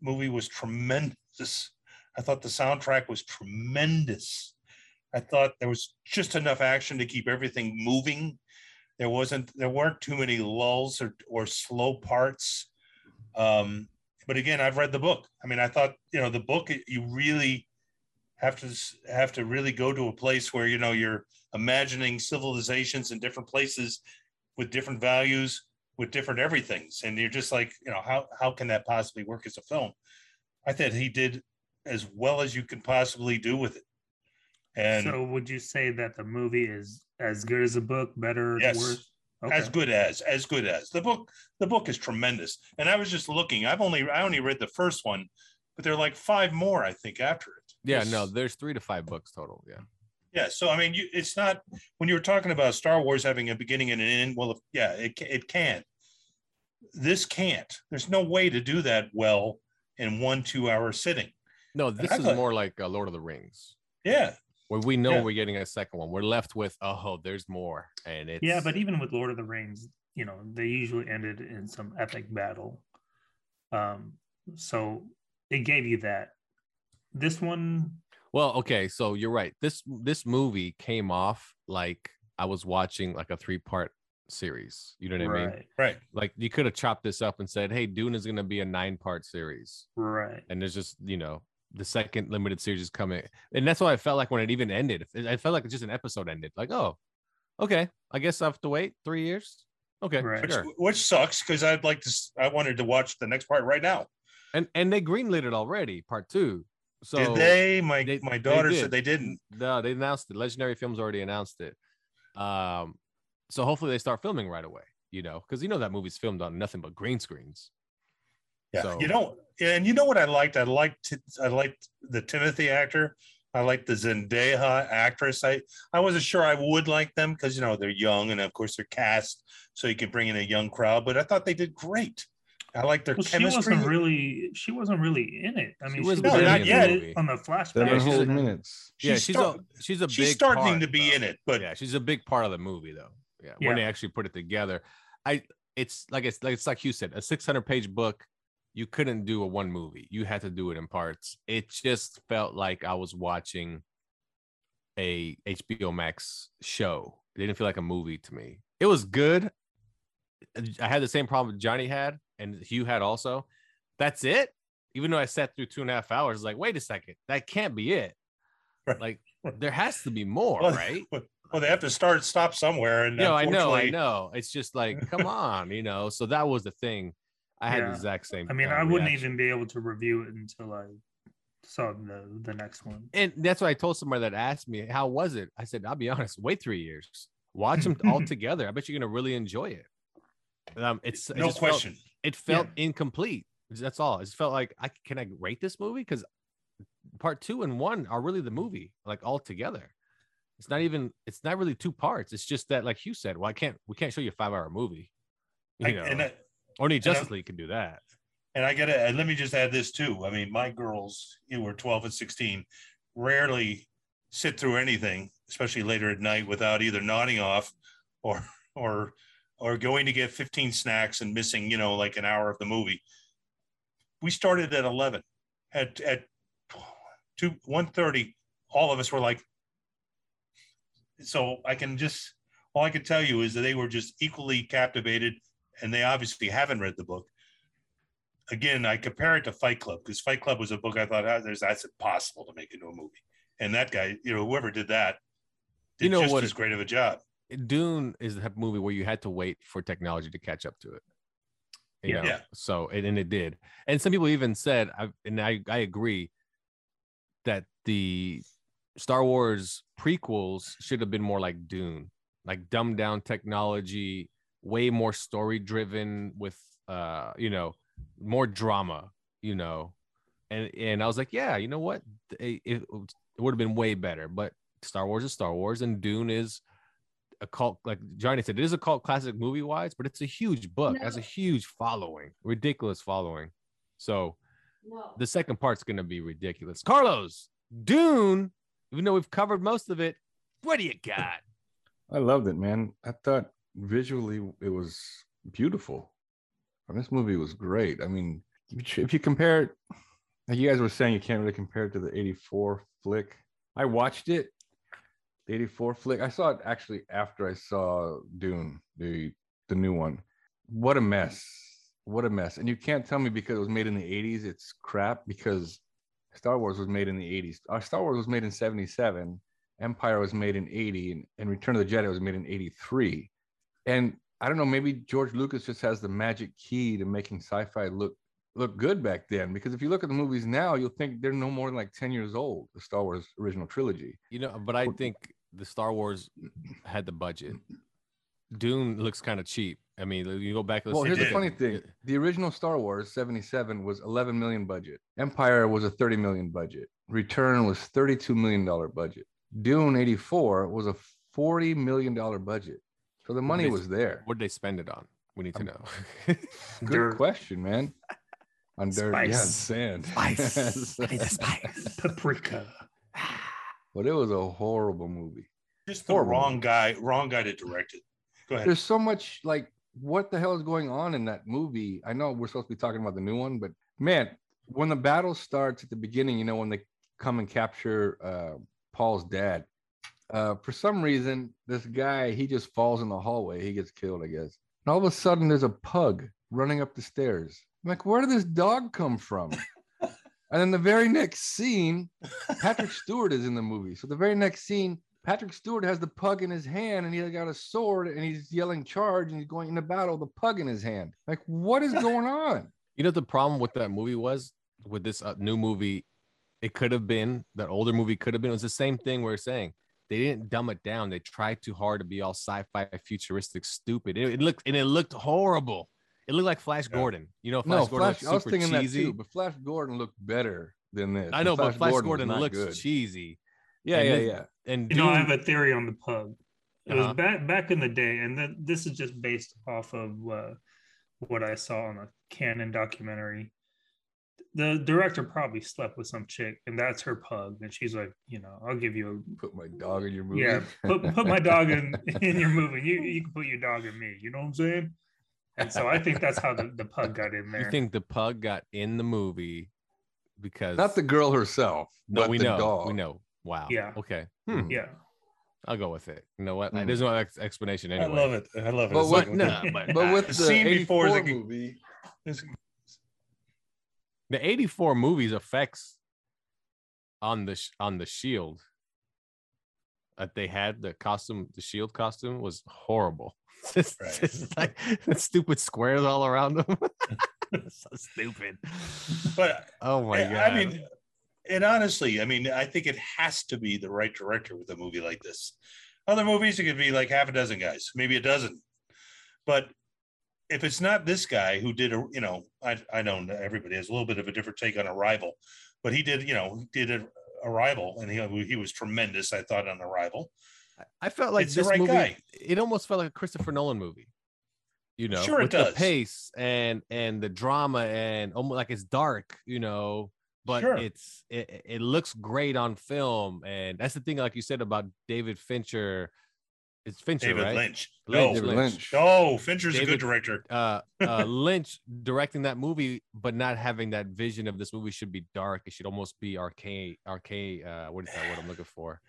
Speaker 9: movie was tremendous i thought the soundtrack was tremendous i thought there was just enough action to keep everything moving there wasn't there weren't too many lulls or, or slow parts um, but again i've read the book i mean i thought you know the book you really have to s- have to really go to a place where you know you're imagining civilizations in different places with different values with different everythings and you're just like you know how how can that possibly work as a film i thought he did as well as you can possibly do with it and
Speaker 6: so, would you say that the movie is as good as a book, better,
Speaker 9: Yes.
Speaker 6: worse?
Speaker 9: as good as as good as the book the book is tremendous and i was just looking i've only i only read the first one but there are like five more i think after it
Speaker 3: Yeah.
Speaker 9: It's-
Speaker 3: No, there's three to five books total. Yeah.
Speaker 9: Yeah, so I mean, you, it's not when you were talking about Star Wars having a beginning and an end. Well, if, yeah, it ca- it can. This can't. There's no way to do that well in one two-hour sitting.
Speaker 3: No, this
Speaker 9: I
Speaker 3: is
Speaker 9: thought-
Speaker 3: more like uh, Lord of the Rings,
Speaker 9: Yeah,
Speaker 3: where we know
Speaker 9: Yeah.
Speaker 3: we're getting a second one. We're left with oh, there's more, and it's
Speaker 6: Yeah, but even with Lord of the Rings, you know, they usually ended in some epic battle. Um, so it gave you that. This one,
Speaker 3: Well, okay, so you're right. This this movie came off like I was watching like a three part series. You know what I mean?
Speaker 6: right,
Speaker 9: right.
Speaker 3: Like you could have chopped this up and said, "Hey, Dune is going to be a nine part series,"
Speaker 6: right.
Speaker 3: and there's just you know the second limited series is coming, and that's why I felt like when it even ended, it, it felt like just an episode ended. Like, oh, okay, I guess I have to wait three years. Okay,
Speaker 6: Right.
Speaker 9: Which,
Speaker 3: sure.
Speaker 9: which sucks because I'd like to. s- I wanted to watch the next part right now.
Speaker 3: And and they greenlit it already, part two. So
Speaker 9: did they? My
Speaker 3: they-
Speaker 9: my
Speaker 3: they
Speaker 9: daughter
Speaker 3: did.
Speaker 9: said they didn't.
Speaker 3: No, they announced it. Legendary Films already announced it. Um, so hopefully they start filming right away. You know, because you know that movie's filmed on nothing but green screens.
Speaker 9: Yeah,
Speaker 3: So-
Speaker 9: you know, and you know what I liked? I liked I liked the Timothy actor. I liked the Zendaya actress. I I wasn't sure I would like them because you know they're young and of course they're cast, so you can bring in a young crowd. But I thought they did great. I liked their
Speaker 6: Well, she
Speaker 9: chemistry.
Speaker 6: wasn't really, she wasn't really in it. I
Speaker 3: She
Speaker 6: mean,
Speaker 3: wasn't
Speaker 9: really in the
Speaker 3: movie.
Speaker 6: on the flashback.
Speaker 5: Seven
Speaker 3: Yeah, she's
Speaker 5: whole
Speaker 3: a-
Speaker 5: minutes.
Speaker 9: She
Speaker 3: yeah, she's
Speaker 9: start-
Speaker 3: a she's a
Speaker 9: she's
Speaker 3: big
Speaker 9: starting
Speaker 3: part,
Speaker 9: to be
Speaker 3: though.
Speaker 9: in it, but
Speaker 3: yeah, she's a big part of the movie though. Yeah, when they actually put it together, I it's like it's like it's like you said, a six hundred page book. You couldn't do a one movie. You had to do it in parts. It just felt like I was watching a HBO Max show. It didn't feel like a movie to me. It was good. I had the same problem Johnny had and Hugh had also. That's it. Even though I sat through two and a half hours, like, wait a second, that can't be it.
Speaker 9: Right.
Speaker 3: Like, there has to be more,
Speaker 9: well,
Speaker 3: right?
Speaker 9: well, they have to start stop somewhere. And
Speaker 3: No, I know, I
Speaker 9: unfortunately-
Speaker 3: know. It's just like, come on, you know. So that was the thing. I had
Speaker 6: Yeah.
Speaker 3: the exact same.
Speaker 6: I mean,
Speaker 3: kind
Speaker 6: I
Speaker 3: of
Speaker 6: wouldn't
Speaker 3: reaction.
Speaker 6: even be able to review it until I saw the the next one.
Speaker 3: Um, And that's why I told somebody that asked me, "How was it?" I said, "I'll be honest. Wait three years. Watch them all together. I bet you're gonna really enjoy it." Um, it's it
Speaker 9: No
Speaker 3: just felt-
Speaker 9: question.
Speaker 3: it felt incomplete. That's all. It just felt like I can I rate this movie because part two and one are really the movie, like all together. It's not even. It's not really two parts. It's just that, like you said, well, I can't. We can't show you a five-hour movie. You
Speaker 9: I-
Speaker 3: know,
Speaker 9: and I-
Speaker 3: only
Speaker 9: know-
Speaker 3: Justice League can do that.
Speaker 9: And I gotta and let me just add this too. I mean, my girls, you were 12 and 16, rarely sit through anything, especially later at night, without either nodding off or or or going to get 15 snacks and missing, you know, like an hour of the movie. We started at 11. At at two 1:30, all of us were like. So I can just all I can tell you is that they were just equally captivated, and they obviously haven't read the book. Again, I compare it to Fight Club because Fight Club was a book I thought "Ah, there's that's impossible to make into a movie, and that guy, you know, whoever did that, did
Speaker 3: You know
Speaker 9: just
Speaker 3: what-
Speaker 9: as great of a job.
Speaker 3: Dune is the type of movie where you had to wait for technology to catch up to it. You
Speaker 6: Yeah.
Speaker 3: know?
Speaker 9: Yeah.
Speaker 3: So and, and it did. And some people even said, I, and I, I agree that the Star Wars prequels should have been more like Dune, like dumbed down technology, way more story driven with uh, you know, more drama, you know. And and I was like, yeah, you know what? It, it, it would have been way better, but Star Wars is Star Wars and Dune is a cult like Johnny said, it is a cult classic movie wise, but it's a huge book. Has a
Speaker 4: No.
Speaker 3: huge following, ridiculous following. So
Speaker 4: No.
Speaker 3: the second part's gonna be ridiculous. Carlos, Dune, even though we've covered most of it, what do you got?
Speaker 5: I loved it, man. I thought visually it was beautiful. And this movie was great. I mean, if you- if you compare it, like you guys were saying, you can't really compare it to the 84 flick. I watched it, the 84 flick. I saw it actually after I saw Dune, the the new one. What a mess. What a mess. And you can't tell me because it was made in the 80s, it's crap because Star Wars was made in the 80s. Uh, Star Wars was made in 77. Empire was made in 80 and, and Return of the Jedi was made in 83. And I don't know, maybe George Lucas just has the magic key to making sci-fi look look good back then. Because if you look at the movies now, you'll think they're no more than like 10 years old, the Star Wars original trilogy.
Speaker 3: You know, but I
Speaker 5: What-
Speaker 3: think the Star Wars had the budget. Dune looks kind of cheap. I mean, you go back. and
Speaker 5: Well,
Speaker 3: listen
Speaker 5: here's
Speaker 3: to
Speaker 5: the
Speaker 9: did.
Speaker 5: funny thing. The original Star Wars 77 was 11 million budget. Empire was a 30 million budget. Return was 32 million dollar budget. Dune 84 was a 40 million dollar budget. So the money
Speaker 3: they-
Speaker 5: was there. Um,
Speaker 3: What did they spend it on? We need to
Speaker 5: I'm-
Speaker 3: know.
Speaker 5: Good
Speaker 6: Dirt.
Speaker 5: question, man. On dirt, yeah,
Speaker 6: Spice.
Speaker 5: sand.
Speaker 3: Spice. I Ah. need the
Speaker 6: Paprika.
Speaker 5: but it was a horrible movie.
Speaker 9: Just the
Speaker 5: Horrible.
Speaker 9: wrong guy, wrong guy to direct it. Go ahead.
Speaker 5: There's so much like, what the hell is going on in that movie? I know we're supposed to be talking about the new one, but man, when the battle starts at the beginning, you know, when they come and capture uh, Paul's dad, uh, for some reason, this guy he just falls in the hallway. He gets killed, I guess. And all of a sudden, there's a pug running up the stairs. I'm like, where did this dog come from? and then the very next scene, Patrick Stewart is in the movie. So the very next scene, Patrick Stewart has the pug in his hand and he's got a sword and he's yelling charge and he's going into battle, with the pug in his hand. Like, what is going on?
Speaker 3: You know the problem with that movie was with this uh, new movie, it could have been that older movie could have been. It was the same thing we are saying. They didn't dumb it down. They tried too hard to be all sci-fi, futuristic, stupid. It, it looked and it looked horrible. It looked like Flash
Speaker 9: Yeah.
Speaker 3: Gordon. You know, Flash
Speaker 5: no,
Speaker 3: Gordon
Speaker 5: Flash, I was
Speaker 3: super
Speaker 5: thinking that
Speaker 3: cheesy.
Speaker 5: too, but Flash Gordon looked better than this.
Speaker 3: I
Speaker 5: and
Speaker 3: know, but Flash
Speaker 5: was
Speaker 3: Gordon,
Speaker 5: not
Speaker 3: looks
Speaker 5: good.
Speaker 3: cheesy.
Speaker 5: Yeah,
Speaker 3: and
Speaker 5: yeah,
Speaker 3: this-
Speaker 5: yeah.
Speaker 3: And
Speaker 6: You know, I
Speaker 3: Dune-
Speaker 6: have a theory on the pug. It
Speaker 3: Uh-huh.
Speaker 6: was back back in the day, and th- this is just based off of uh, what I saw on a Canon documentary. The director probably slept with some chick, and that's her pug. And she's like, you know, I'll give you
Speaker 5: Put my dog in your
Speaker 6: a
Speaker 5: movie.
Speaker 6: yeah, put, put my dog in in your movie. You you can put your dog in me. You know what I'm saying? And so I think that's how the, the pug got in there.
Speaker 3: you think the pug got in the movie because
Speaker 5: Not the girl herself,
Speaker 3: no,
Speaker 5: but
Speaker 3: we
Speaker 5: the
Speaker 3: know,
Speaker 5: dog.
Speaker 3: we know. Wow.
Speaker 6: Yeah.
Speaker 3: Okay. Hmm.
Speaker 5: Hmm.
Speaker 6: yeah,
Speaker 3: I'll go with it. You know what?
Speaker 5: Hmm.
Speaker 3: There's no ex- explanation anyway.
Speaker 9: Mm. I love it. I love it.
Speaker 5: But
Speaker 9: It's
Speaker 5: what-
Speaker 9: like-
Speaker 5: no,
Speaker 3: but,
Speaker 5: But with
Speaker 9: The
Speaker 5: the,
Speaker 9: scene before
Speaker 5: 84
Speaker 9: is like-
Speaker 5: movie,
Speaker 9: it's-
Speaker 3: the 84 movies effects on the sh- on the shield that they had the costume the shield costume was horrible It's
Speaker 9: Right.
Speaker 3: just like the stupid squares all around them so stupid
Speaker 9: but
Speaker 3: oh my god
Speaker 9: I- I mean, and honestly, I mean, I think it has to be the right director with a movie like this. Other movies, it could be like half a dozen guys, maybe a dozen. But if it's not this guy who did a, you know, I, I know everybody has a little bit of a different take on Arrival, but he did, you know, he did a Arrival, and he he was tremendous. I thought on Arrival.
Speaker 3: I felt like
Speaker 9: it's the
Speaker 3: this
Speaker 9: right
Speaker 3: movie
Speaker 9: guy.
Speaker 3: it almost felt like a Christopher Nolan movie you know
Speaker 9: Sure it
Speaker 3: with
Speaker 9: does.
Speaker 3: the pace and and the drama and almost like it's dark you know but
Speaker 9: Sure.
Speaker 3: it's it, it looks great on film, and that's the thing. Like you said about David Fincher, it's Fincher,
Speaker 9: David
Speaker 3: right?
Speaker 9: Lynch.
Speaker 3: Lynch,
Speaker 9: No,
Speaker 5: David
Speaker 3: Lynch.
Speaker 5: Lynch.
Speaker 9: no, Fincher's a
Speaker 3: David-
Speaker 9: good director.
Speaker 3: uh, uh, Lynch directing that movie, but not having that vision of this movie should be dark. It should almost be arcane, arcane. Uh, what is that word I'm looking for?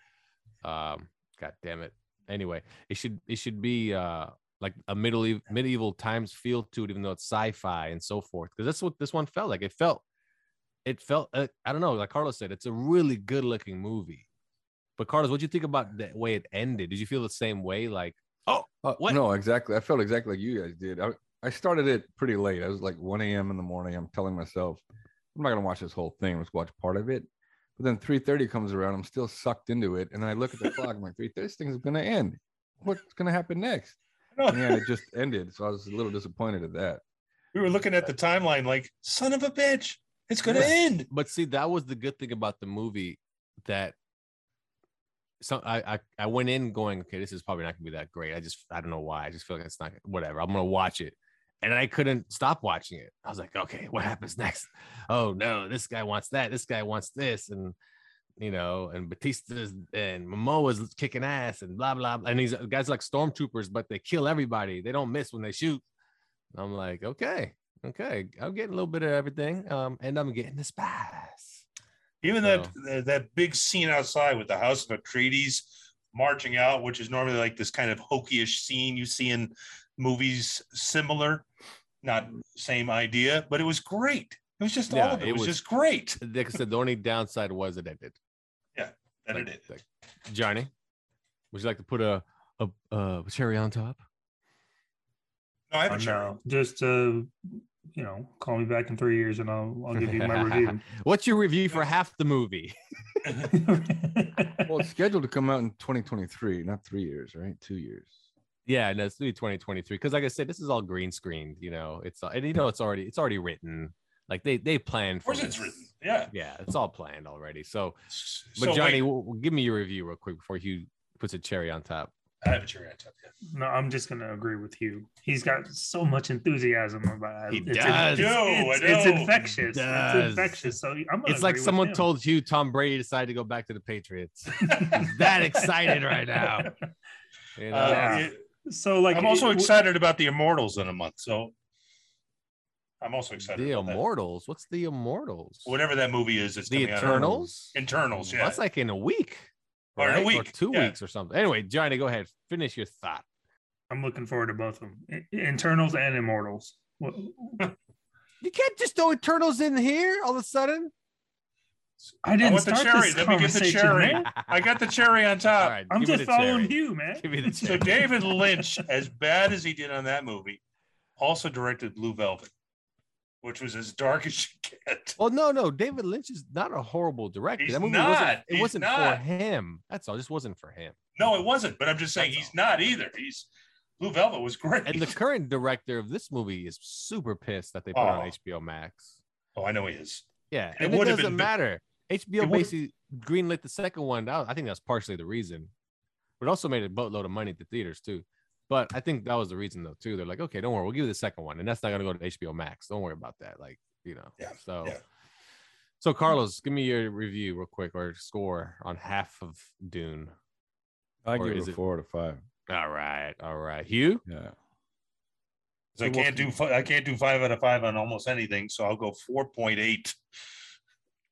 Speaker 3: Um, God damn it. Anyway, it should it should be uh like a middle ev- medieval times feel to it, even though it's sci-fi and so forth. Because that's what this one felt like. It felt, it felt. Uh, I don't know. Like Carlos said, it's a really good looking movie. But Carlos, what do you think about the way it ended? Did you feel the same way? Like,
Speaker 5: Uh,
Speaker 3: What?
Speaker 5: No, exactly. I felt exactly like you guys did. I, I started it pretty late. I was like 1 a.m. in the morning. I'm telling myself, I'm not gonna watch this whole thing. Let's watch part of it. But then 3:30 comes around. I'm still sucked into it, and then I look at the clock. I'm like, 3:30. This thing's gonna end. What's gonna happen next?
Speaker 9: No,
Speaker 5: And yeah, it just ended. So I was a little disappointed at that.
Speaker 9: we were looking at the timeline like, son of a bitch, it's going to
Speaker 3: Yeah.
Speaker 9: end.
Speaker 3: but see that was the good thing about the movie that so I, I i went in going okay this is probably not gonna be that great i just i don't know why i just feel like it's not whatever i'm gonna watch it and i couldn't stop watching it i was like okay what happens next oh no this guy wants that this guy wants this and you know and batista's and momoa's kicking ass and blah blah, blah. and these guys are like stormtroopers but they kill everybody they don't miss when they shoot And i'm like okay okay i'm getting a little bit of everything um and i'm getting the spice
Speaker 9: Even that that big scene outside with the House of Atreides marching out, which is normally like this kind of hokeyish scene you see in movies similar, not same idea, but it was great. It was just
Speaker 3: Yeah,
Speaker 9: all of it,
Speaker 3: it
Speaker 9: was,
Speaker 3: was-
Speaker 9: just great
Speaker 3: like I said, the only downside was it ended.
Speaker 9: that
Speaker 3: Like-
Speaker 9: it is.
Speaker 3: like- Johnny, would you like to put a a, a cherry on top?
Speaker 9: No, I
Speaker 6: Oh,
Speaker 9: haven't sure.
Speaker 6: no. Just uh, you know, call me back in three years and I'll I'll give you my review.
Speaker 3: What's your review for half the movie?
Speaker 5: Well, it's scheduled to come out in 2023, not three years, right? Two years.
Speaker 3: yeah, no, it's gonna be 2023 because, like I said, this is all green screened. You know, it's and you know it's already it's already written. Like they they planned
Speaker 9: Of
Speaker 3: for
Speaker 9: course it's
Speaker 3: this.
Speaker 9: written. Yeah.
Speaker 3: Yeah, it's all planned already. So, but
Speaker 9: So,
Speaker 3: Johnny,
Speaker 9: wait,
Speaker 3: w- w- give me your review real quick before Hugh puts a cherry on top.
Speaker 9: I have a cherry on top. Yeah.
Speaker 6: no, I'm just gonna agree with you. He's got so much enthusiasm about it.
Speaker 3: He does.
Speaker 6: It's,
Speaker 9: I
Speaker 6: it's,
Speaker 9: do, I
Speaker 6: it's
Speaker 9: know. He
Speaker 6: infectious.
Speaker 3: does.
Speaker 6: It's infectious. So I'm gonna
Speaker 3: It's like
Speaker 6: agree with
Speaker 3: someone
Speaker 6: him.
Speaker 3: told Hugh Tom Brady decided to go back to the Patriots. He's that excited right now. You know?
Speaker 9: Uh,
Speaker 6: Yeah.
Speaker 9: it-
Speaker 6: So like
Speaker 9: I'm also
Speaker 6: it-
Speaker 9: excited about the Immortals in a month. So I'm also excited.
Speaker 3: The
Speaker 9: about that.
Speaker 3: Immortals. What's the Immortals?
Speaker 9: Whatever that movie is, it's
Speaker 3: The
Speaker 9: coming out.
Speaker 3: Eternals.
Speaker 9: Eternals, yeah.
Speaker 3: That's like in a week.
Speaker 9: Or in a
Speaker 3: right?
Speaker 9: week,
Speaker 3: two
Speaker 9: yeah.
Speaker 3: weeks or something. Anyway, Johnny, go ahead. Finish your thought.
Speaker 6: I'm looking forward to both of them, I- internals and immortals. What,
Speaker 3: You can't just throw Eternals in here all of a sudden.
Speaker 6: I didn't
Speaker 9: want the
Speaker 6: start
Speaker 9: cherry. Let me
Speaker 6: this
Speaker 9: get the
Speaker 6: conversation,
Speaker 9: cherry.
Speaker 6: man.
Speaker 9: I got the cherry on top.
Speaker 3: all right,
Speaker 6: I'm
Speaker 3: give
Speaker 6: just
Speaker 3: me the
Speaker 6: following
Speaker 3: cherry.
Speaker 6: you, man.
Speaker 3: Give me the
Speaker 9: So
Speaker 3: cherry.
Speaker 9: David Lynch, as bad as he did on that movie, also directed Blue Velvet, which was as dark as you get.
Speaker 3: Well, no, no. David Lynch is not a horrible director.
Speaker 9: He's
Speaker 3: that movie
Speaker 9: not.
Speaker 3: wasn't. It
Speaker 9: He's
Speaker 3: wasn't
Speaker 9: not.
Speaker 3: for him. That's all. It just wasn't for him.
Speaker 9: No, it wasn't. But I'm just saying he's not either. He's Blue Velvet was great.
Speaker 3: And the current director of this movie is super pissed that they put it
Speaker 9: Oh.
Speaker 3: on HBO Max.
Speaker 9: oh, I know he is.
Speaker 3: Yeah,
Speaker 9: It
Speaker 3: and it,
Speaker 9: would've
Speaker 3: doesn't
Speaker 9: been-
Speaker 3: matter.
Speaker 9: it
Speaker 3: HBO
Speaker 9: would've-
Speaker 3: basically greenlit the second one. That was- I think that's partially the reason, but it also made a boatload of money at the theaters too. But I think that was the reason though too. They're like, okay, don't worry, we'll give you the second one, and that's not gonna go to HBO Max. Don't worry about that. Like you know,
Speaker 9: Yeah,
Speaker 3: so.
Speaker 9: yeah.
Speaker 3: So Carlos, give me your review real quick or score on half of Dune.
Speaker 5: I
Speaker 3: Or
Speaker 5: give
Speaker 3: is
Speaker 5: it a
Speaker 3: it-
Speaker 5: four out of five.
Speaker 3: All right, all right. Hugh,
Speaker 5: Yeah.
Speaker 9: 'Cause I can't do fi- I can't do five out of five on almost anything, so I'll go four point eight.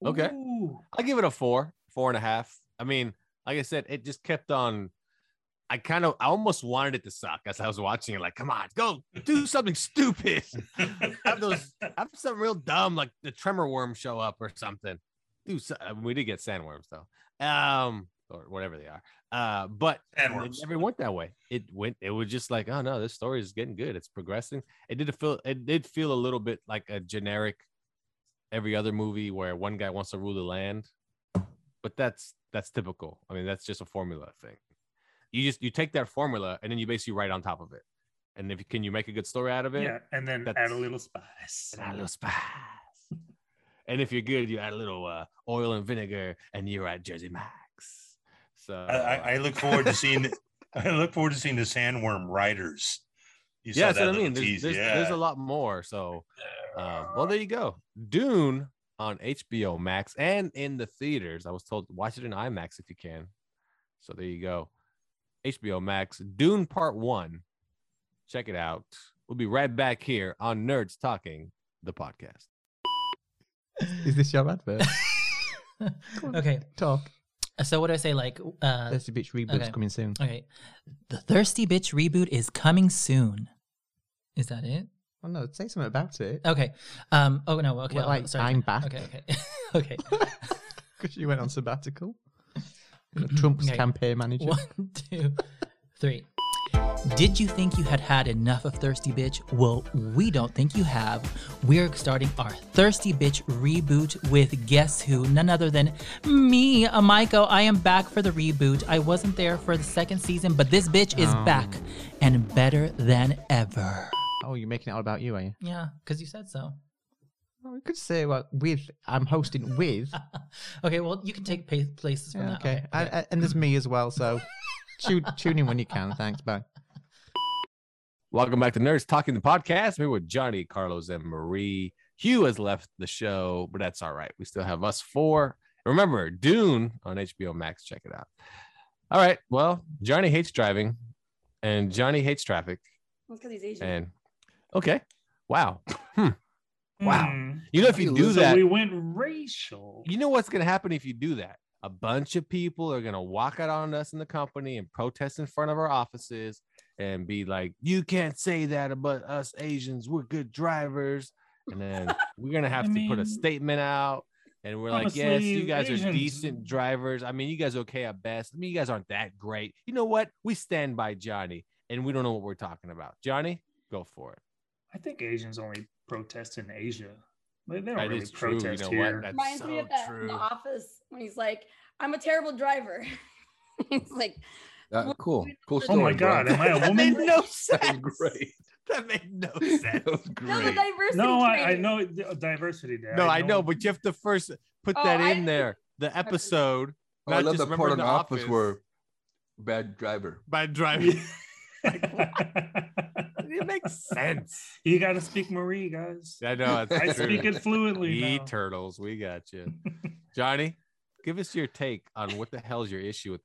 Speaker 3: Okay.
Speaker 6: Ooh.
Speaker 3: I give it a four, four and a half. I mean, like I said, it just kept on. I kind of, I almost wanted it to suck as I was watching it. Like, come on, go do something stupid. have those, have something real dumb, like the tremor worm show up or something. Do so, I mean, we did get sandworms though, um, or whatever they are. Uh, but
Speaker 9: Sandworms.
Speaker 3: it never went that way. It went. It was just like, oh no, this story is getting good. It's progressing. It did feel. It did feel a little bit like a generic, every other movie where one guy wants to rule the land, but that's that's typical. I mean, that's just a formula thing. You just you take that formula and then you basically write on top of it. And if you can you make a good story out of it,
Speaker 6: Yeah, and then
Speaker 3: That's-
Speaker 6: add a little spice.
Speaker 3: add a little spice. and if you're good, you add a little uh, oil and vinegar, and you're at Jersey Max. So uh,
Speaker 9: I, I, I look forward to seeing. I look forward to seeing the Sandworm Riders. You saw
Speaker 3: yeah, that's what I
Speaker 9: little
Speaker 3: mean. There's,
Speaker 9: tease,
Speaker 3: there's,
Speaker 9: yeah.
Speaker 3: there's a lot more. So, um, well, there you go. Dune on HBO Max and in the theaters. I was told watch it in IMAX if you can. So there you go. HBO Max, Dune Part One. Check it out. We'll be right back here on Nerds Talking, the podcast.
Speaker 10: Is this your advert?
Speaker 11: okay.
Speaker 10: Talk.
Speaker 11: So what do I say? Like, uh,
Speaker 10: Thirsty Bitch reboot's
Speaker 11: okay.
Speaker 10: coming soon.
Speaker 11: okay, the Thirsty Bitch reboot is coming soon. Is that it?
Speaker 10: Oh no, say something about it.
Speaker 11: Okay. Um. Oh no. Okay.
Speaker 10: Well,
Speaker 11: oh,
Speaker 10: like,
Speaker 11: sorry.
Speaker 10: I'm back.
Speaker 11: Okay. Okay. okay.
Speaker 10: Because you went on sabbatical. You're Trump's
Speaker 11: Okay.
Speaker 10: campaign manager.
Speaker 11: One, two, three. Did you think you had had enough of Thirsty Bitch? Well, we don't think you have. We're starting our Thirsty Bitch reboot with guess who? None other than me, Amiko. I am back for the reboot. I wasn't there for the second season, but this bitch is back and better than ever.
Speaker 10: Oh, you're making it all about you, are you?
Speaker 11: Yeah, because you said so.
Speaker 10: Oh, you could say well with I'm hosting with.
Speaker 11: okay, well, you can take pa- places from
Speaker 10: Yeah,
Speaker 11: that.
Speaker 10: okay, I, I- and there's me as well. So tune, tune in when you can. Thanks. Bye.
Speaker 3: Welcome back to Nerds Talking the Podcast. We're with Johnny, Carlos, and Marie. Hugh has left the show, but that's all right. We still have us four. Remember, Dune on HBO Max. Check it out. All right. Well, Johnny hates driving, and Johnny hates traffic.
Speaker 4: because he's Asian.
Speaker 3: And okay. Wow. Wow.
Speaker 6: Hmm.
Speaker 3: You know, if you do
Speaker 6: So
Speaker 3: that,
Speaker 6: we went racial.
Speaker 3: you know what's going to happen if you do that? A bunch of people are going to walk out on us in the company and protest in front of our offices and be like, you can't say that about us Asians. We're good drivers. And then we're going to have
Speaker 6: I
Speaker 3: to put a
Speaker 6: mean,
Speaker 3: statement out. And we're like, yes,
Speaker 6: honestly,
Speaker 3: you guys are
Speaker 6: Asians-
Speaker 3: decent drivers. I mean, you guys are okay at best. I mean, you guys aren't that great. You know what? We stand by Johnny and we don't know what we're talking about. Johnny, go for it.
Speaker 6: I think Asians only protest in Asia. They, they don't
Speaker 3: That
Speaker 6: really
Speaker 3: is true. You
Speaker 6: protest
Speaker 3: know
Speaker 6: here.
Speaker 3: what? That's
Speaker 4: Reminds
Speaker 3: so
Speaker 4: me of that in
Speaker 3: true.
Speaker 4: the office when he's like, I'm a terrible driver. it's like,
Speaker 5: Uh, cool.
Speaker 4: Oh
Speaker 5: Cool
Speaker 6: oh
Speaker 5: story.
Speaker 6: my
Speaker 5: bro.
Speaker 6: God, am I a
Speaker 3: That made
Speaker 6: woman?
Speaker 3: no
Speaker 5: That
Speaker 3: sense.
Speaker 5: was great.
Speaker 3: That made no
Speaker 5: That was
Speaker 4: no, the
Speaker 5: great.
Speaker 4: diversity.
Speaker 6: No, I, I
Speaker 4: training.
Speaker 6: know it- uh, diversity. Dad.
Speaker 3: No, I know, but you have to first put
Speaker 4: Oh,
Speaker 3: that
Speaker 4: I-
Speaker 3: in there. The episode.
Speaker 5: Oh, I
Speaker 3: not
Speaker 5: love
Speaker 3: just
Speaker 5: the
Speaker 3: remember
Speaker 5: part on
Speaker 3: the
Speaker 5: the office,
Speaker 3: office.
Speaker 5: where bad driver.
Speaker 3: By driving, it makes sense.
Speaker 6: you got to speak Marie, guys.
Speaker 3: I know. That's
Speaker 6: I
Speaker 3: true.
Speaker 6: speak it fluently.
Speaker 3: We
Speaker 6: now.
Speaker 3: turtles, we got you, Johnny. Give us your take on what the hell's your issue with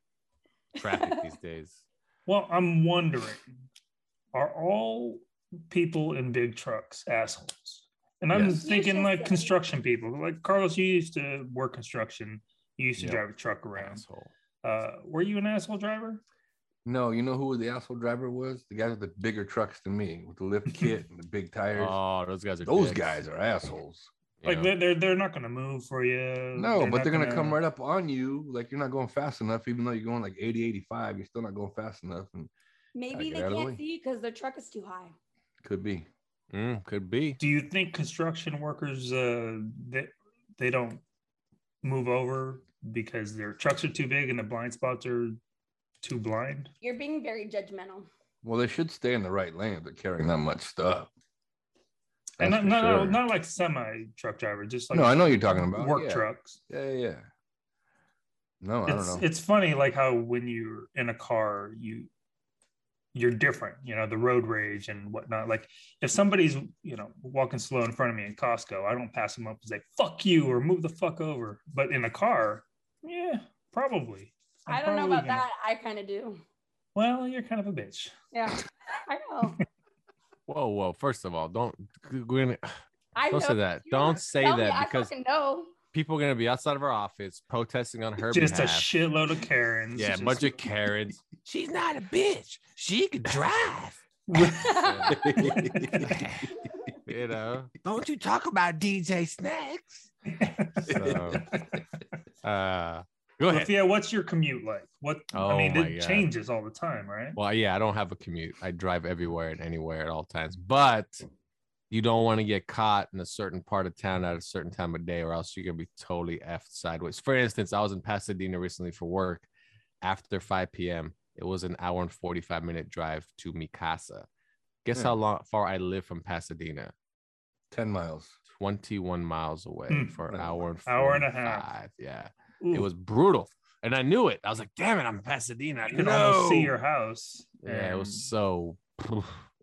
Speaker 3: traffic these days.
Speaker 6: Well, I'm wondering, are all people in big trucks assholes? And I'm
Speaker 3: Yes.
Speaker 6: thinking
Speaker 4: Yes,
Speaker 6: like
Speaker 4: yes,
Speaker 6: construction people. Like Carlos, you used to work construction. You used to
Speaker 3: Yeah.
Speaker 6: drive a truck around.
Speaker 3: Asshole.
Speaker 6: Uh, were you an asshole driver?
Speaker 5: No, you know who the asshole driver was? The guys with the bigger trucks than me, with the lift kit and the big tires.
Speaker 3: Oh, those guys are
Speaker 5: Those
Speaker 3: dicks.
Speaker 5: guys are assholes.
Speaker 3: You
Speaker 6: Like
Speaker 3: know?
Speaker 6: they're, they're they're not gonna move for you.
Speaker 5: No, but
Speaker 6: not
Speaker 5: they're gonna, come right up on you. Like you're not going fast enough, even though you're going like 80, 85, you're still not going fast enough. And
Speaker 4: Maybe
Speaker 5: get
Speaker 4: they
Speaker 5: out of the
Speaker 4: can't
Speaker 5: way.
Speaker 4: see because their truck is too high.
Speaker 5: could be.
Speaker 3: Mm, could be.
Speaker 6: Do you think construction workers uh they, they don't move over because their trucks are too big and the blind spots are too blind?
Speaker 4: You're being very judgmental.
Speaker 5: Well, they should stay in the right lane if they're carrying that much stuff.
Speaker 6: And
Speaker 5: That's
Speaker 6: not,
Speaker 5: for
Speaker 6: not,
Speaker 5: sure.
Speaker 6: not like semi truck driver, just like
Speaker 5: no, I know you're talking about
Speaker 6: work
Speaker 5: yeah.
Speaker 6: trucks.
Speaker 5: Yeah, yeah, yeah. No, I don't
Speaker 6: It's
Speaker 5: know.
Speaker 6: it's funny like how when you're in a car you you're different, you know, the road rage and whatnot. Like if somebody's you know walking slow in front of me in Costco, I don't pass them up and say "fuck you" or "move the fuck over." But in a car, yeah, probably. I'm
Speaker 4: I don't know
Speaker 6: probably
Speaker 4: about
Speaker 6: gonna-
Speaker 4: that. I kind of do.
Speaker 6: Well, you're kind of a bitch.
Speaker 4: Yeah, I know.
Speaker 3: Whoa, whoa. First of all, don't. We're gonna,
Speaker 4: I
Speaker 3: Don't say
Speaker 4: know
Speaker 3: that.
Speaker 4: you
Speaker 3: Don't
Speaker 4: are.
Speaker 3: say
Speaker 4: Tell me,
Speaker 3: that
Speaker 4: I
Speaker 3: because-
Speaker 4: fucking know.
Speaker 3: people are gonna be outside of our office protesting on her
Speaker 6: Just a
Speaker 3: behalf.
Speaker 6: shitload of Karens.
Speaker 3: Yeah, a
Speaker 6: just-
Speaker 3: bunch of Karens. She's not a bitch. She could drive. you know. Don't you talk about DJ Snacks. So, uh, go ahead.
Speaker 6: Sophia, what's your commute like? What
Speaker 3: Oh
Speaker 6: I mean,
Speaker 3: my
Speaker 6: it
Speaker 3: God.
Speaker 6: changes all the time, right?
Speaker 3: Well, yeah, I don't have a commute. I drive everywhere and anywhere at all times. But you don't want to get caught in a certain part of town at a certain time of day, or else you're gonna be totally effed sideways. For instance, I was in Pasadena recently for work. After 5 p.m., it was an hour and 45 minute drive to Mikasa. Guess
Speaker 5: Hmm.
Speaker 3: how long far I live from Pasadena?
Speaker 5: 10 miles.
Speaker 3: 21 miles away
Speaker 6: Hmm.
Speaker 3: for an
Speaker 5: Wow.
Speaker 3: hour and
Speaker 6: Hour and a half.
Speaker 3: 45. Yeah, it
Speaker 6: Ooh,
Speaker 3: was brutal, and I knew it. I was like, "Damn it, I'm in Pasadena." I
Speaker 6: you can almost see
Speaker 3: know."
Speaker 6: your house.
Speaker 3: Yeah, it
Speaker 6: and-
Speaker 3: was so.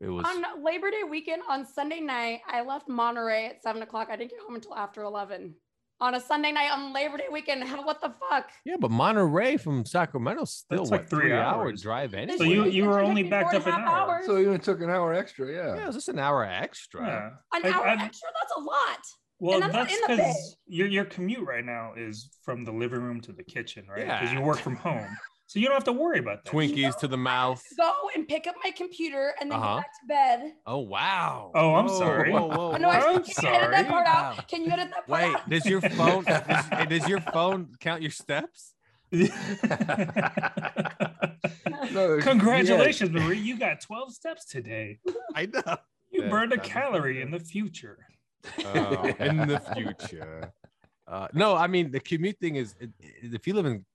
Speaker 3: It was.
Speaker 4: On Labor Day weekend on Sunday night, I left Monterey at seven o'clock. I didn't get home until after eleven. on a Sunday night on Labor Day weekend. How, what the fuck?
Speaker 3: Yeah, but Monterey from Sacramento's still
Speaker 6: That's
Speaker 3: what,
Speaker 6: like
Speaker 3: three,
Speaker 6: three
Speaker 3: hour
Speaker 6: hours.
Speaker 3: drive anyway.
Speaker 6: So you you were
Speaker 4: It took
Speaker 6: only
Speaker 4: me
Speaker 6: backed
Speaker 4: four
Speaker 6: up
Speaker 4: and a
Speaker 6: an
Speaker 4: half
Speaker 6: hour.
Speaker 4: hours.
Speaker 5: So it even took an hour extra. Yeah.
Speaker 3: yeah, it was just an hour extra.
Speaker 6: Yeah.
Speaker 4: an
Speaker 6: Like,
Speaker 4: hour
Speaker 6: I'm-
Speaker 4: extra? That's a lot.
Speaker 6: Well,
Speaker 4: I'm not
Speaker 6: that's
Speaker 4: in the bed.
Speaker 6: because your your commute right now is from the living room to the kitchen, right? Because
Speaker 3: Yeah.
Speaker 6: you work from home, so you don't have to worry about that.
Speaker 3: Twinkies to the mouth.
Speaker 4: Go and pick up my computer and then
Speaker 3: Uh-huh.
Speaker 4: go back to bed.
Speaker 3: Oh wow.
Speaker 6: Oh, I'm
Speaker 3: Whoa,
Speaker 6: sorry.
Speaker 3: Whoa, whoa,
Speaker 4: Oh, no, I-
Speaker 3: whoa.
Speaker 6: I'm
Speaker 4: can you edit that
Speaker 6: sorry.
Speaker 4: part
Speaker 3: Wow.
Speaker 4: out? Can you edit that part
Speaker 3: Wait,
Speaker 4: out?
Speaker 3: does your phone does, hey, does your phone count your steps?
Speaker 5: No,
Speaker 6: Congratulations, Marie! You got 12 steps today.
Speaker 3: I know.
Speaker 6: You
Speaker 3: Yeah,
Speaker 6: burned a
Speaker 3: that is-
Speaker 6: calorie in the future.
Speaker 3: Oh, in the future. Uh, no, I mean the commute thing is it- it- if you live in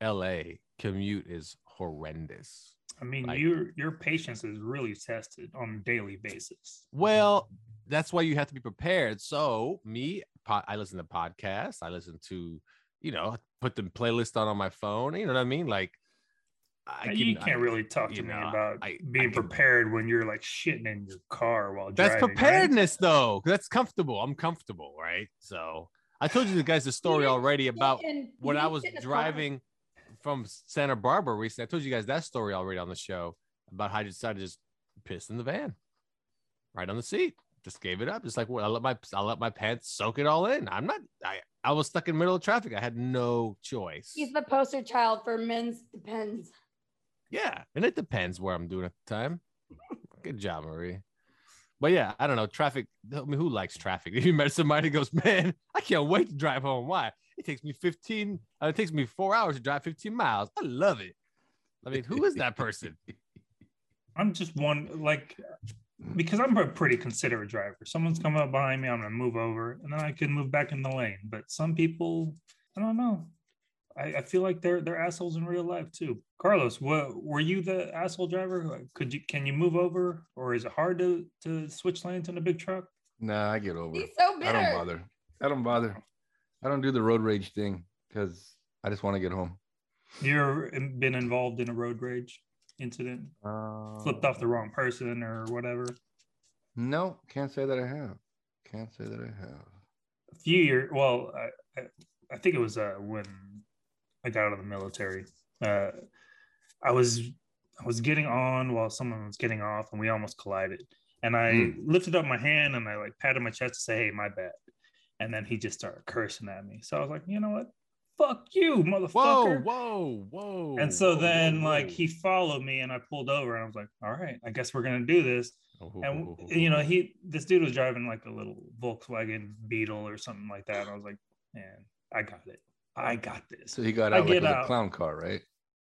Speaker 3: L.A., commute is horrendous.
Speaker 6: I mean,
Speaker 3: Like-
Speaker 6: your your patience is really tested on a daily basis.
Speaker 3: Well, that's why you have to be prepared. So me, po- I listen to podcasts. I listen to, you know, put the playlist on on my phone. You know what I mean? Like, I
Speaker 6: Now, Uh, you
Speaker 3: can-
Speaker 6: can't
Speaker 3: I-
Speaker 6: really talk to
Speaker 3: you
Speaker 6: me
Speaker 3: know,
Speaker 6: about
Speaker 3: I- I
Speaker 6: being
Speaker 3: can-
Speaker 6: prepared when you're like shitting in your car while
Speaker 3: That's
Speaker 6: driving. right?
Speaker 3: preparedness, though. 'cause That's comfortable. I'm comfortable, right? So I told you the guys the story
Speaker 4: didn't
Speaker 3: already about
Speaker 4: And
Speaker 3: when
Speaker 4: you
Speaker 3: I
Speaker 4: didn't
Speaker 3: was
Speaker 4: sit in a car.
Speaker 3: driving from Santa Barbara recently. I told you guys that story already on the show about how I decided to just piss in the van, right on the seat. Just gave it up. Just like well, I let my I let my pants soak it all in. I'm not. I I was stuck in the middle of traffic. I had no choice.
Speaker 4: He's the poster child for men's depends.
Speaker 3: Yeah, and it depends where I'm doing at the time. Good job, Marie. But yeah, I don't know. Traffic. I mean, who likes traffic? If you met somebody who goes, man, I can't wait to drive home. Why? It takes me 15. Uh, it takes me four hours to drive 15 miles. I love it. I mean, who is that person?
Speaker 6: I'm just one like because I'm a pretty considerate driver. Someone's coming up behind me, I'm gonna move over, and then I can move back in the lane. But some people, I don't know. I, I feel like they're they're assholes in real life too. Carlos, what were you the asshole driver? Could you can you move over, or is it hard to to switch lanes in a big truck?
Speaker 5: Nah, I get over
Speaker 4: He's
Speaker 5: it.
Speaker 4: so
Speaker 5: I don't
Speaker 4: bitter.
Speaker 5: bother. I don't bother. I don't do the road rage thing because I just want to get home.
Speaker 6: You've been involved in a road rage incident,
Speaker 5: Uh,
Speaker 6: flipped off the wrong person or whatever.
Speaker 5: No, can't say that I have. Can't say that I have.
Speaker 6: a few years. Well, I, I, I think it was uh, when I got out of the military. Uh, I was I was getting on while someone was getting off, and we almost collided. And I
Speaker 3: Hmm.
Speaker 6: lifted up my hand and I like patted my chest to say, "Hey, my bad." And then he just started cursing at me. So I was like, "You know what? Fuck you, motherfucker!"
Speaker 3: Whoa, whoa, whoa.
Speaker 6: And so
Speaker 3: whoa,
Speaker 6: then,
Speaker 3: whoa,
Speaker 6: like,
Speaker 3: whoa.
Speaker 6: he followed me, and I pulled over, and I was like, "All right, I guess we're gonna do this."
Speaker 3: Oh,
Speaker 6: and you know he this dude was driving like a little volkswagen beetle or something like that and i was like man i got it i got this
Speaker 5: So he got
Speaker 6: I
Speaker 5: out like
Speaker 6: get
Speaker 5: with a
Speaker 6: out.
Speaker 5: clown car, right?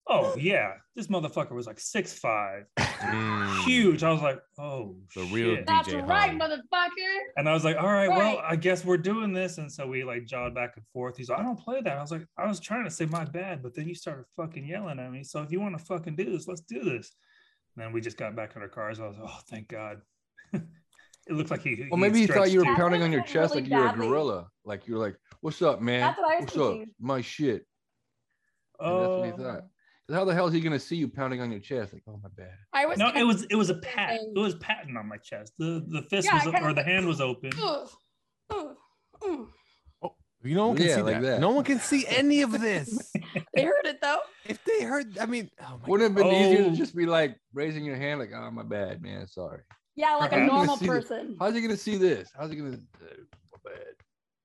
Speaker 6: oh yeah this motherfucker was like six five
Speaker 3: Mm.
Speaker 6: huge i was like oh
Speaker 3: The real deal.
Speaker 6: shit.
Speaker 4: That's
Speaker 3: DJ
Speaker 4: right,
Speaker 3: Holly.
Speaker 4: motherfucker.
Speaker 6: and i was like all right, well
Speaker 4: Right.
Speaker 6: i guess we're doing this and so we like jawed back and forth he's like i don't play that i was like i was trying to say my bad but then you started fucking yelling at me so if you want to fucking do this let's do this and then we just got back in our cars i was like oh thank god it looked like he
Speaker 5: Well, maybe he thought you were
Speaker 4: That
Speaker 5: pounding on
Speaker 4: hurt
Speaker 5: your
Speaker 4: him
Speaker 5: chest
Speaker 4: really
Speaker 5: like you were a
Speaker 4: badly.
Speaker 5: gorilla. Like you're like, what's up, man?
Speaker 4: That's what I was
Speaker 5: what's up?
Speaker 4: thinking.
Speaker 5: My shit. And that's
Speaker 6: Oh.
Speaker 5: what he thought. 'Cause How the hell is he gonna see you pounding on your chest? Like, oh my bad.
Speaker 4: I was
Speaker 6: No,
Speaker 4: gonna-
Speaker 6: it was it was a pat.
Speaker 4: thing.
Speaker 6: It was patting on my chest. The the fist
Speaker 4: Yeah, I
Speaker 6: was
Speaker 4: kinda
Speaker 6: or the
Speaker 4: like-
Speaker 6: hand was open.
Speaker 4: Ugh, ugh, ugh.
Speaker 3: You know, no one can
Speaker 5: Yeah,
Speaker 3: see
Speaker 5: like
Speaker 3: that.
Speaker 5: that.
Speaker 3: No one can see any of this.
Speaker 4: They heard it though.
Speaker 3: if they heard, I mean, oh my
Speaker 5: Wouldn't it have been easier
Speaker 6: Oh.
Speaker 5: to just be like raising your hand, like, oh my bad, man. Sorry.
Speaker 4: Yeah, like a
Speaker 6: Perhaps.
Speaker 4: normal
Speaker 5: See the-
Speaker 4: person.
Speaker 5: How's he gonna see this? How's he gonna oh, my bad.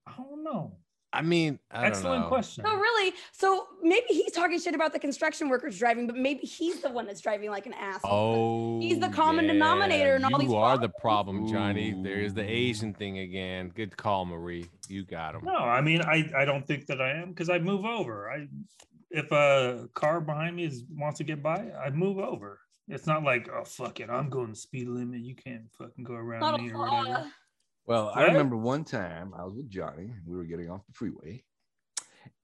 Speaker 6: I don't know.
Speaker 3: I mean, I don't
Speaker 6: Excellent
Speaker 3: know.
Speaker 6: question.
Speaker 4: No, Oh, really. So maybe he's talking shit about the construction workers driving, but maybe he's the one that's driving like an asshole.
Speaker 3: Oh,
Speaker 4: He's the common denominator in
Speaker 3: and
Speaker 4: all these
Speaker 3: You are the problem,
Speaker 5: problems.
Speaker 3: Johnny. There is the
Speaker 5: Ooh.
Speaker 3: Asian thing again. Good call, Marie. You got him.
Speaker 6: No, I mean I I don't think that I am because I move over. I if a car behind me is wants to get by, I move over. It's not like oh fuck it, I'm going the speed limit. You can't fucking go around
Speaker 4: Not a
Speaker 6: me or
Speaker 4: flaw.
Speaker 6: whatever.
Speaker 5: Well, I
Speaker 6: What?
Speaker 5: remember one time I was with Johnny. We were getting off the freeway,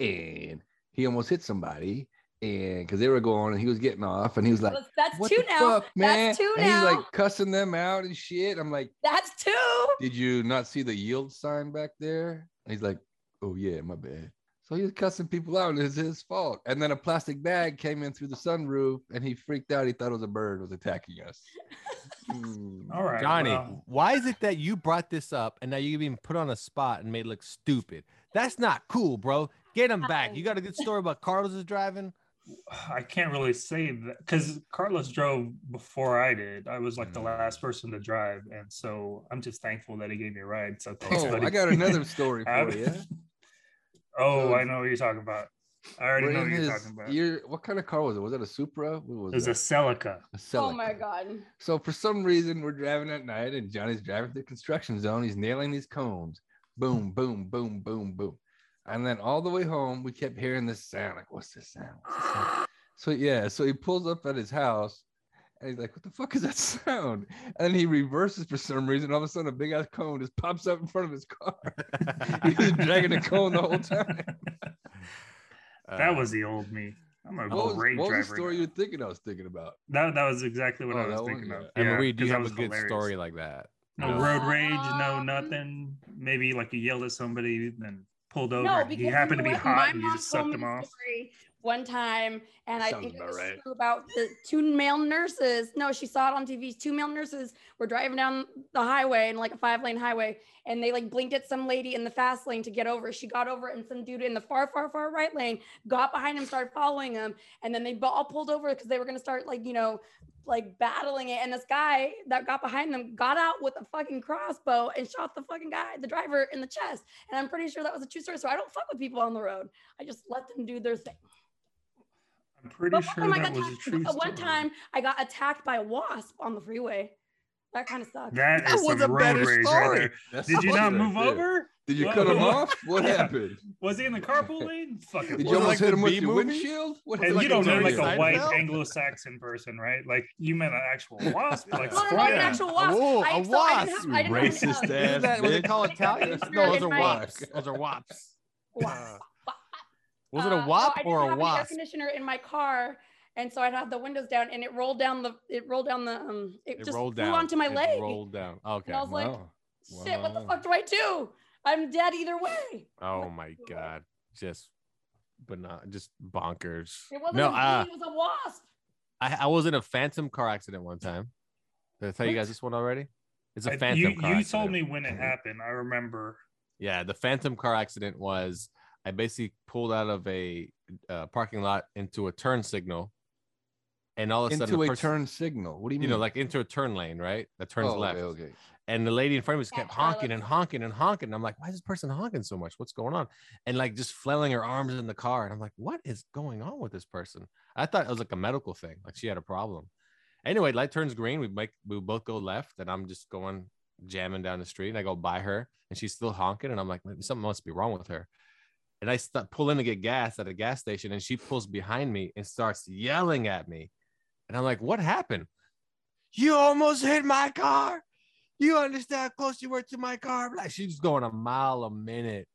Speaker 5: and he almost hit somebody, and because they were going, and he was getting off, and he was like,
Speaker 4: That's- That's
Speaker 5: "What
Speaker 4: two
Speaker 5: the
Speaker 4: now.
Speaker 5: fuck, man?"
Speaker 4: That's two
Speaker 5: and he's
Speaker 4: now.
Speaker 5: like cussing them out and shit. I'm like,
Speaker 4: that's two.
Speaker 5: "Did you not see the yield sign back there?" And he's like, "Oh yeah, my bad." So he was cussing people out. It was his fault. And then a plastic bag came in through the sunroof, and he freaked out. He thought it was a bird was attacking us. Hmm.
Speaker 6: All right,
Speaker 3: Johnny,
Speaker 6: well.
Speaker 3: why is it that you brought this up and now you're being put on a spot and made look stupid? That's not cool, bro. Get him back. You got a good story about Carlos is driving?
Speaker 6: I can't really say that because Carlos drove before I did. I was like the last person to drive, and so I'm just thankful that he gave me a ride. So thanks,
Speaker 5: Oh,
Speaker 6: buddy.
Speaker 5: I got another story
Speaker 6: I-
Speaker 5: for you.
Speaker 6: Oh,
Speaker 5: So-
Speaker 6: I know what you're talking about. I already
Speaker 5: We're
Speaker 6: know
Speaker 5: in
Speaker 6: what you're
Speaker 5: his
Speaker 6: talking about.
Speaker 5: year- what kind of car was it? Was it a Supra? What was
Speaker 6: It was a
Speaker 5: that?
Speaker 6: Celica.
Speaker 5: A
Speaker 4: Oh
Speaker 5: Celica.
Speaker 4: my god.
Speaker 5: So for some reason, we're driving at night, and Johnny's driving through the construction zone. He's nailing these cones. Boom, boom, boom, boom, boom. And then all the way home, we kept hearing this sound. Like, what's this sound? What's this sound? So yeah, so he pulls up at his house, and he's like, "What the fuck is that sound?" And then he reverses for some reason. All of a sudden, a big ass cone just pops up in front of his car. he was dragging a cone the whole time.
Speaker 3: Uh,
Speaker 6: That was the old me. I'm a
Speaker 5: What was,
Speaker 6: great
Speaker 5: what
Speaker 6: driver.
Speaker 5: was the story
Speaker 6: now.
Speaker 5: you were thinking I was thinking about?
Speaker 6: That that was exactly what
Speaker 5: Oh,
Speaker 6: I was
Speaker 5: that one?
Speaker 6: thinking of.
Speaker 5: Yeah.
Speaker 3: And Marie, do you
Speaker 6: 'cause that
Speaker 3: have a
Speaker 6: was
Speaker 3: good
Speaker 6: hilarious.
Speaker 3: story like that?
Speaker 6: No
Speaker 3: No.
Speaker 6: road rage, no
Speaker 4: Um,
Speaker 6: nothing. Maybe like you yelled at somebody, then pulled over.
Speaker 4: No,
Speaker 6: and
Speaker 4: because
Speaker 6: he happened to
Speaker 4: you
Speaker 6: be
Speaker 4: know what? My
Speaker 6: hot, and you
Speaker 4: mom
Speaker 6: just sucked
Speaker 4: told me
Speaker 6: him
Speaker 4: a
Speaker 6: off.
Speaker 4: story One time, and I
Speaker 5: Sounds
Speaker 4: think it
Speaker 5: about
Speaker 4: was
Speaker 5: right.
Speaker 4: true about the two male nurses. No, she saw it on TV. Two male nurses were driving down the highway in like a five lane highway, and they like blinked at some lady in the fast lane to get over. She got over, and some dude in the far, far, far right lane got behind him, started following him, and then they bo- all pulled over because they were gonna start like you know, like battling it. And this guy that got behind them got out with a fucking crossbow and shot the fucking guy, the driver, in the chest. And I'm pretty sure that was a true story. So I don't fuck with people on the road. I just let them do their thing.
Speaker 6: I'm pretty
Speaker 4: But
Speaker 6: sure
Speaker 4: one, time I
Speaker 6: that
Speaker 4: got
Speaker 6: was a
Speaker 4: attacked-
Speaker 6: true
Speaker 4: uh,
Speaker 6: story.
Speaker 4: one time I got attacked by a wasp on the freeway. That kind of sucked.
Speaker 6: that is some road rage right there.
Speaker 5: That's
Speaker 6: Did you
Speaker 5: what
Speaker 6: not
Speaker 5: I
Speaker 6: move
Speaker 5: did.
Speaker 6: over?
Speaker 5: Did you
Speaker 6: Whoa.
Speaker 5: cut him off? What
Speaker 6: Yeah.
Speaker 5: happened?
Speaker 6: Was he in the carpool lane? Fucking
Speaker 3: Was
Speaker 5: Did you
Speaker 3: it
Speaker 5: almost
Speaker 3: like
Speaker 5: hit
Speaker 3: the
Speaker 5: him with
Speaker 3: B
Speaker 5: your
Speaker 3: movie?
Speaker 5: windshield? What
Speaker 6: And
Speaker 5: happened?
Speaker 6: you don't know
Speaker 3: Jerry
Speaker 6: like a white
Speaker 3: Seinfeld?
Speaker 6: Anglo-Saxon person, right? Like you meant an actual wasp, like
Speaker 4: No, no, no, an
Speaker 6: scorpion.
Speaker 4: actual wasp.
Speaker 3: Oh,
Speaker 4: I,
Speaker 3: a
Speaker 4: so I didn't
Speaker 3: wasp,
Speaker 4: have, I didn't have
Speaker 5: racist
Speaker 4: an- uh,
Speaker 5: ass.
Speaker 3: Isn't that what they
Speaker 5: bitch.
Speaker 3: call Italians? No, those are
Speaker 4: Right.
Speaker 3: wops. Those are wops.
Speaker 4: wasp.
Speaker 3: Was it a
Speaker 4: Uh, no,
Speaker 3: wop
Speaker 4: I didn't
Speaker 3: or
Speaker 4: have
Speaker 3: a
Speaker 4: an air
Speaker 3: wasp?
Speaker 4: conditioner in my car, and so I'd have the windows down, and it rolled down the. It rolled down the. Um, it,
Speaker 3: It
Speaker 4: just
Speaker 3: rolled
Speaker 4: flew
Speaker 3: down.
Speaker 4: onto my
Speaker 3: it
Speaker 4: leg.
Speaker 3: rolled down. Okay.
Speaker 4: I was like,
Speaker 5: Wow.
Speaker 4: Shit! What the
Speaker 5: Wow.
Speaker 4: fuck do I do? I'm dead either way.
Speaker 3: oh my God. Just, but not just bonkers.
Speaker 4: It wasn't
Speaker 3: No,
Speaker 4: a bee,
Speaker 3: uh,
Speaker 4: it was a wasp.
Speaker 3: I, I was in a phantom car accident one time. Did I tell you guys this one already? It's a
Speaker 6: I-
Speaker 3: phantom
Speaker 6: you
Speaker 3: car.
Speaker 6: you
Speaker 3: accident.
Speaker 6: told me when it happened. I remember.
Speaker 3: Yeah, the phantom car accident was I basically pulled out of a uh, parking lot into a turn signal, and all of a sudden
Speaker 5: Into
Speaker 3: the
Speaker 5: a
Speaker 3: person-
Speaker 5: turn signal. What do you
Speaker 3: you
Speaker 5: mean?
Speaker 3: know, like into a turn lane, right? That turns
Speaker 5: Oh,
Speaker 3: left.
Speaker 5: Okay, okay.
Speaker 3: And the lady in front of me just
Speaker 4: Yeah,
Speaker 3: kept
Speaker 4: Charlotte.
Speaker 3: honking and honking and honking. And I'm like, why is this person honking so much? What's going on? And like just flailing her arms in the car. And I'm like, what is going on with this person? I thought it was like a medical thing, like she had a problem. Anyway, light turns green. We make we both go left, and I'm just going jamming down the street. And I go by her, and she's still honking. And I'm like, "Man, something must be wrong with her. And I start pull in to get gas at a gas station, and she pulls behind me and starts yelling at me. And I'm like, what happened? You almost hit my car. You understand how close you were to my car? Like she's going a mile a minute.